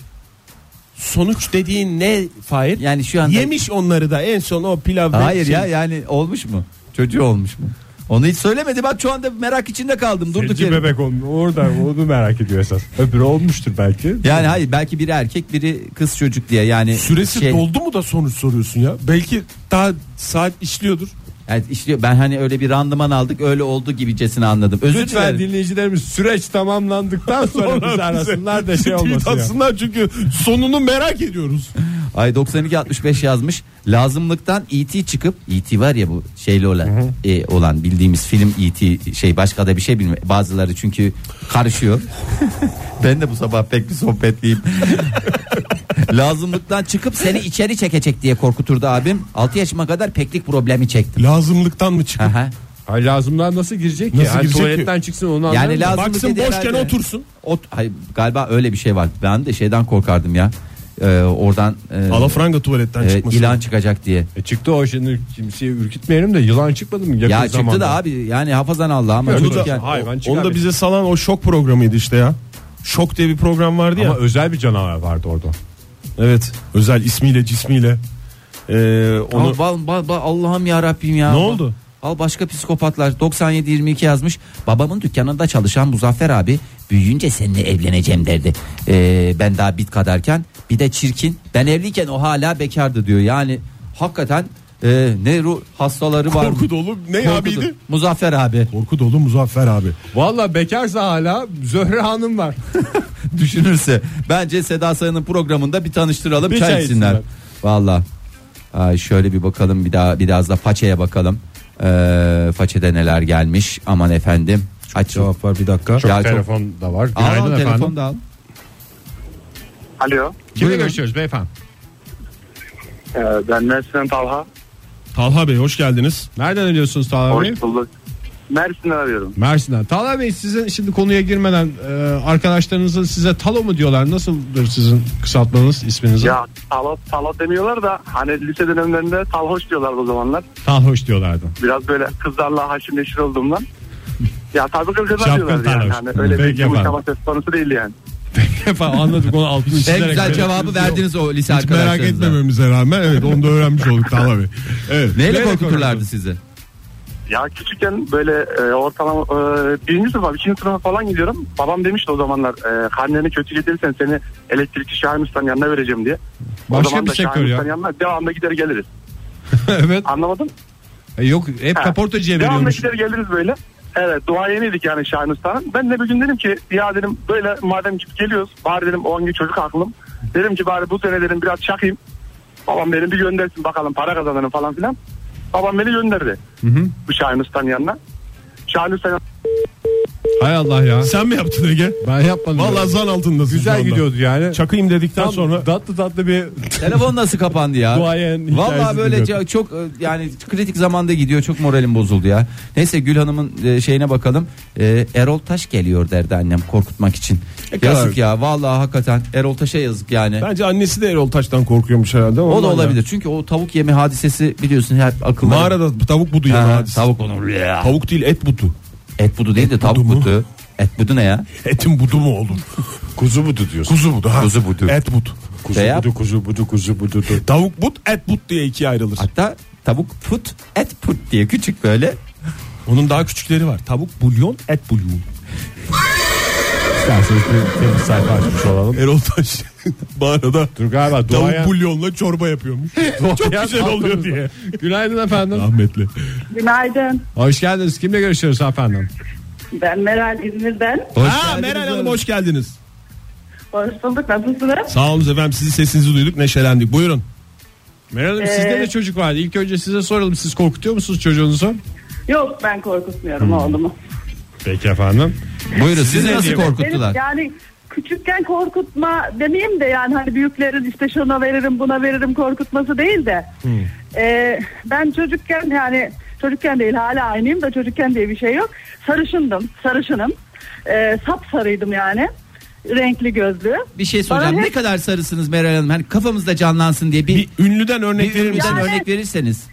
C: sonuç dediğin ne Fahir?
A: Yani şu anda
C: Yemiş onları da en son o pilav. ve
A: Hayır
C: şey-
A: ya yani olmuş mu? Çocuğu olmuş mu? Onu hiç söylemedi. Bak şu anda merak içinde kaldım. Durduk
B: Zenci
A: yere.
B: bebek olmuş. Orada onu merak ediyor esas. Öbürü olmuştur belki.
A: Yani hayır belki biri erkek biri kız çocuk diye yani
C: Süresi
A: şey-
C: doldu mu da sonuç soruyorsun ya? Belki daha saat işliyordur.
A: Yani işte ben hani öyle bir randıman aldık öyle oldu gibicesini anladım. Özür
B: Lütfen
A: dilerim.
B: dinleyicilerimiz süreç tamamlandıktan sonra bizi arasınlar da şey
C: tweet
B: olmasın. ya.
C: atsınlar çünkü sonunu merak ediyoruz.
A: Ay 92 65 yazmış. Lazımlıktan E.T. çıkıp E.T. var ya bu şeyle olan e, olan bildiğimiz film E.T. şey başka da bir şey bilme. Bazıları çünkü karışıyor. ben de bu sabah pek bir sohbetliyim. Lazımlıktan çıkıp seni içeri çekecek diye korkuturdu abim. 6 yaşıma kadar peklik problemi çektim.
C: Lazımlıktan mı çıkıp?
A: Aha.
B: Ay lazımlar nasıl girecek ki?
C: Nasıl
B: Yani
C: girecek
B: tuvaletten çıksın onu
A: Yani
B: anlarım da.
A: lazım
C: Baksın
A: dedi
C: boşken
A: herhalde.
C: otursun.
A: O, hayır, galiba öyle bir şey var. Ben de şeyden korkardım ya. Ee, oradan e,
C: Alafranga tuvaletten
A: e,
C: çıkması.
A: ilan çıkacak diye.
B: E çıktı o şimdi kimseyi ürkütmeyelim de yılan çıkmadı mı yakın
A: ya çıktı
B: zamanda?
A: da abi yani hafazan Allah ama
B: Onu da-
A: çocukken-
B: hayır, Hayvan çıkar
C: Onu da
B: bir-
C: bize salan o şok programıydı işte ya. Şok diye bir program vardı ya.
B: Ama özel bir canavar vardı orada.
C: evet. Özel ismiyle cismiyle. Ee, onu
A: Al, bal- bal- bal- Allah'ım ya Rabbim ya.
C: Ne oldu?
A: Al başka psikopatlar 97 22 yazmış. Babamın dükkanında çalışan Muzaffer abi büyüyünce seninle evleneceğim derdi. Ee, ben daha bit kadarken bir de çirkin. Ben evliyken o hala bekardı diyor. Yani hakikaten e, ne ruh hastaları var.
C: korku dolu ne
A: Korkudu.
C: abiydi?
A: Muzaffer abi.
C: Korku dolu Muzaffer abi.
B: Valla bekarsa hala Zöhre Hanım var.
A: düşünürse. Bence Seda Sayan'ın programında bir tanıştıralım
B: Bir
A: çay,
B: çay
A: içsinler.
B: içsinler.
A: Valla. Ay şöyle bir bakalım bir daha biraz da façeye bakalım. Ee, façede neler gelmiş aman efendim. Aç
B: Cevap var bir dakika. Çok
A: Ya çok-
B: telefon da var.
A: Al, al
B: Günaydın
A: telefon
B: efendim.
A: da al.
E: Alo.
B: Kimle
A: Buyurun.
B: görüşüyoruz beyefendi?
E: Ee, ben Mersin Talha.
C: Talha Bey hoş geldiniz.
B: Nereden arıyorsunuz Talha Bey?
G: Hoş bulduk. Mersin'i arıyorum.
B: Mersin'den. Talha Bey sizin şimdi konuya girmeden e, arkadaşlarınızın size Talo mu diyorlar? Nasıldır sizin kısaltmanız isminiz?
G: Ya Talat Talat demiyorlar da hani lise dönemlerinde Talhoş diyorlar o zamanlar.
B: Talhoş diyorlardı.
G: Biraz böyle kızlarla haşır neşir olduğumdan. Ya tabii ki kızlar
B: Şapkın
G: diyorlar yani.
B: Talhoş.
G: Hani öyle
B: Peki
G: bir
B: efendim.
G: yumuşama söz konusu değil yani.
B: Efendim anladık onu altını çizerek.
A: En güzel
B: böyle-
A: cevabı verdiniz o lise
K: Hiç merak
A: arkadaşlarınıza.
K: etmememize rağmen evet onu da öğrenmiş olduk Talha Bey. Evet.
A: Neyle korkuturlardı sizi?
G: Ya küçükken böyle e, ortalama e, birinci sınıfa, ikinci sınıfa falan gidiyorum. Babam demişti o zamanlar e, karneni kötü getirirsen seni elektrikçi Şahin Usta'nın yanına vereceğim diye. o
B: Başka
G: zaman
B: bir
G: da
B: sektör
G: Şahin
B: ya.
G: Usta'nın yanına devamlı gider geliriz.
B: evet.
G: Anlamadın?
B: E, Yok hep
G: Ha.
B: kaportacıya
G: Devamlı
B: veriyormuş.
G: gider geliriz böyle. Evet duayeniydik yani Şahin Usta'nın. Ben de bir gün dedim ki ya dedim böyle madem gidip geliyoruz bari dedim o hangi çocuk aklım. Dedim ki bari bu sene dedim biraz çakayım. Babam beni bir göndersin bakalım para kazanırım falan filan. Babam beni gönderdi. Bu Şahin Usta'nın yanına. Şahin Usta'nın
B: Hay Allah ya.
C: Sen mi yaptın Ege?
B: Ben yapmadım.
C: Vallahi zan altındasın. şu
B: güzel
C: anda.
B: gidiyordu yani.
C: Çakayım dedikten
B: Tam
C: sonra
B: tatlı tatlı bir
A: Telefon nasıl kapandı ya?
B: Duayen hikayesi
A: Vallahi böyle
B: dinliyorum.
A: ca- çok e, yani kritik zamanda gidiyor. Çok moralim bozuldu ya. Neyse Gül Hanım'ın e, şeyine bakalım. E, Erol Taş geliyor derdi annem korkutmak için. yazık ya. Vallahi hakikaten Erol Taş'a yazık yani.
C: bence annesi de Erol Taş'tan korkuyormuş herhalde.
A: o da
C: Ondan ya.
A: olabilir. Çünkü o tavuk yeme hadisesi biliyorsun her akıllı.
C: Mağarada tavuk budu yani
A: Ha,
C: hadise.
A: tavuk onu.
C: Tavuk değil et budu.
A: Et budu değil de tavuk
C: budu mu?
A: budu. Et budu ne ya?
C: Etin budu mu olur?
K: Kuzu budu diyorsun.
C: Kuzu budu ha.
A: Kuzu budu.
C: Et budu.
K: Kuzu
A: Veya-
K: budu kuzu budu kuzu budu.
C: Tavuk but et but diye ikiye ayrılır.
A: Hatta tavuk put, et put diye küçük böyle.
C: Onun daha küçükleri var. Tavuk bulyon et bulyon.
B: İsterseniz bir temiz sayfa açmış olalım.
C: Erol Taş mağarada
B: Dur galiba
C: tavuk
B: duayen.
C: bulyonla çorba yapıyormuş. Çok güzel oluyor diye.
B: Günaydın efendim.
C: Rahmetli.
L: Günaydın.
B: Hoş geldiniz. Kimle görüşüyoruz efendim?
L: Ben Meral İzmir'den.
A: Hoş
C: ha
A: geldiniz
C: Meral Hanım
A: efendim.
C: hoş geldiniz.
L: Hoş bulduk. Nasılsınız?
C: Sağ olun efendim sizi sesinizi duyduk neşelendik. Buyurun.
B: Meral Hanım
L: Ee,
B: sizde de çocuk vardı. İlk önce size soralım. Siz korkutuyor musunuz çocuğunuzu?
L: Yok ben korkutmuyorum oğlumu.
B: Peki efendim.
A: Buyurun sizi
C: ne
A: nasıl
C: diyeyim?
L: Benim
A: korkuttular?
L: yani küçükken korkutma demeyeyim de yani hani büyüklerin işte şuna veririm buna veririm korkutması değil de. Ee, ben çocukken yani çocukken değil hala aynıyım da çocukken diye bir şey yok. Sarışındım. Sarışınım. Ee, sap sarıydım yani. Renkli gözlü.
A: Bir şey soracağım.
L: Bana
A: Ne
L: hep-
A: kadar sarısınız Meral Hanım? Hani kafamızda canlansın diye bir,
C: Bir
A: bir,
C: ünlüden örnek verir misin?
L: Yani-
A: ünlüden örnek verirseniz.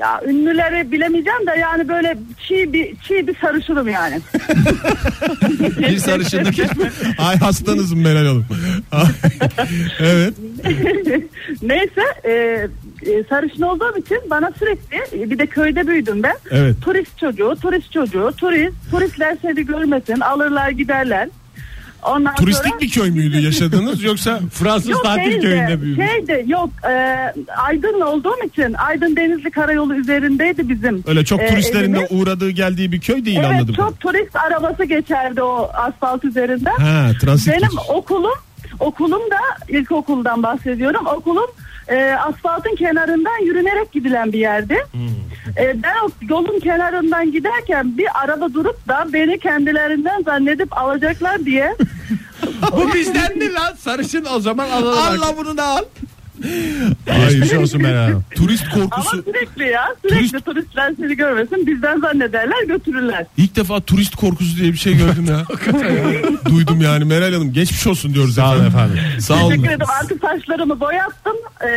L: Ya ünlüleri bilemeyeceğim de yani böyle çiğ bir çiğ bir sarışınım yani.
A: Bir sarışınlık.
C: Ay hastanız mı Meral Hanım? Ah, evet.
L: Neyse e, e, sarışın olduğum için bana sürekli e, bir de köyde büyüdüm ben.
C: Evet.
L: Turist çocuğu, turist çocuğu, turist. Turistler seni görmesin alırlar giderler. Ondan sonra...
C: Turistik bir köy müydü yaşadığınız yoksa Fransız
L: Yok
C: tatil
L: değil
C: köyünde
L: de,
C: büyüdünüz?
L: şey de yok e, Aydın olduğum için Aydın Denizli Karayolu üzerindeydi bizim.
C: Öyle çok
L: e,
C: turistlerin de
L: evimiz.
C: uğradığı geldiği bir köy değil
L: Evet
C: anladım.
L: çok turist arabası geçerdi o asfalt üzerinden.
C: Ha transit.
L: Benim okulum okulum da ilkokuldan bahsediyorum. Okulum e, asfaltın kenarından yürünerek gidilen bir yerdi. E, ben o yolun kenarından giderken bir araba durup da beni kendilerinden zannedip alacaklar diye
B: Bu bizden mi lan? Sarışın o zaman alalım.
A: Allah bunu da al.
B: Geçmiş olsun Meral Hanım.
C: Turist
L: ama
C: korkusu.
L: sürekli ya sürekli
C: Turist-
L: turistler seni görmesin bizden zannederler götürürler.
C: İlk defa turist korkusu diye bir şey gördüm ya. Duydum yani Meral Hanım geçmiş olsun diyoruz Sağ olun efendim. Sağ olun.
L: Teşekkür ederim artık saçlarımı boyattım E,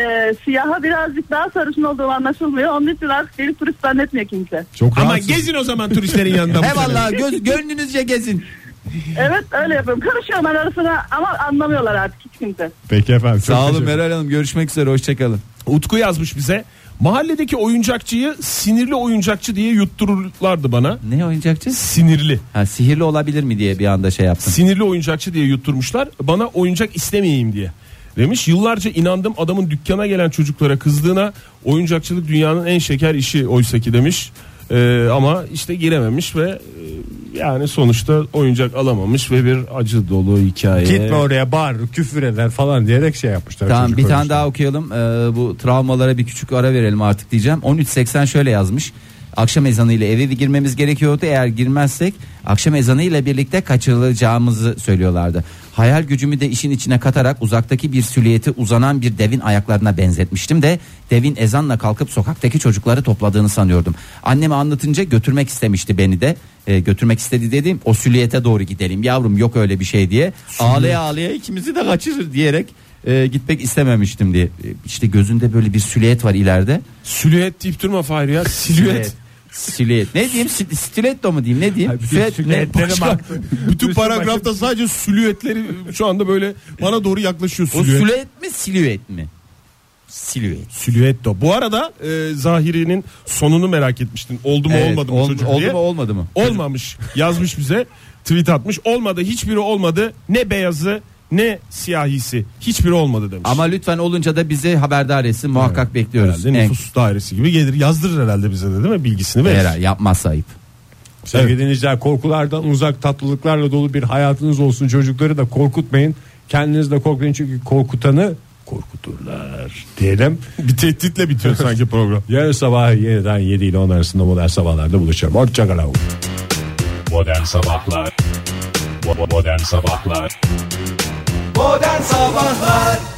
L: siyaha birazcık daha sarışın olduğum anlaşılmıyor onun için artık beni turist zannetmiyor kimse.
B: Çok
C: Ama
B: rahatsız.
C: gezin o zaman turistlerin yanında. bu sene.
A: Eyvallah göz, gönlünüzce gezin.
L: Evet öyle yapıyorum karışıyorum ben arasına ama anlamıyorlar artık hiç kimse.
B: Peki efendim. çok
A: Sağ olun
B: teşekkür-
A: Meral Hanım. Görüşmek üzere. Hoşçakalın.
C: Utku yazmış bize. Mahalledeki oyuncakçıyı sinirli oyuncakçı diye yuttururlardı bana.
A: Ne oyuncakçız?
C: Sinirli.
A: Ha, sihirli olabilir mi diye bir anda şey yaptım.
C: Sinirli oyuncakçı diye yutturmuşlar. Bana oyuncak istemeyeyim diye. Demiş yıllarca inandım adamın dükkana gelen çocuklara kızdığına oyuncakçılık dünyanın en şeker işi oysa ki demiş. Ee, ama işte girememiş ve e, yani sonuçta oyuncak alamamış ve bir acı dolu hikaye.
B: Gitme oraya bağır küfür eder falan diyerek şey yapmışlar.
A: Tamam
B: çocuk
A: bir tane
B: ölmüş.
A: daha okuyalım. Ee, bu travmalara bir küçük ara verelim artık diyeceğim. 1380 şöyle yazmış. Akşam ezanı ile eve girmemiz gerekiyordu. Eğer girmezsek akşam ezanı ile birlikte kaçırılacağımızı söylüyorlardı. Hayal gücümü de işin içine katarak uzaktaki bir süliyeti uzanan bir devin ayaklarına benzetmiştim de devin ezanla kalkıp sokaktaki çocukları topladığını sanıyordum. Anneme anlatınca götürmek istemişti beni de. E, götürmek istedi dediğim o süliyete doğru gidelim yavrum yok öyle bir şey diye. Ağlaya ağlaya ikimizi de kaçırır diyerek e, gitmek istememiştim diye. E, İşte gözünde böyle bir süliyet var ileride.
C: Silüet deyip durma Fahir ya. Silüet.
A: Silüet. Ne diyeyim? Sil- Stiletto mu diyeyim? Ne diyeyim? Silüet ne? Başka-
K: Başka, bütün paragrafta sadece silüetleri şu anda böyle bana doğru yaklaşıyor
A: O
K: silüet.
A: silüet mi silüet mi? Silüet.
C: Silüetto. Bu arada e, Zahiri'nin sonunu merak etmiştin. Oldu mu
A: Evet,
C: olmadı mı
A: ol-
C: çocuk
A: oldu
C: diye.
A: mu, olmadı mı?
C: Olmamış. Yazmış bize. Tweet atmış. Olmadı. Hiçbiri olmadı. Ne beyazı ne siyahisi. Hiçbiri olmadı demiş.
A: Ama lütfen olunca da bizi haberdar etsin. Muhakkak bekliyoruz.
C: Herhalde
A: En-
C: nüfus dairesi gibi gelir. Yazdırır herhalde bize de değil mi? Bilgisini verir.
A: Herhalde yapmazsa ayıp.
B: Sevgili dinleyiciler korkulardan uzak tatlılıklarla dolu bir hayatınız olsun. Çocukları da korkutmayın. Kendiniz de korkmayın çünkü korkutanı korkuturlar diyelim.
C: Bir tehditle bitiyor sanki program.
B: Yarın sabah yeniden 7 ile 10 arasında modern sabahlarda buluşalım. Hoşçakalın.
K: Modern Sabahlar Modern Sabahlar
M: Modern Sabahlar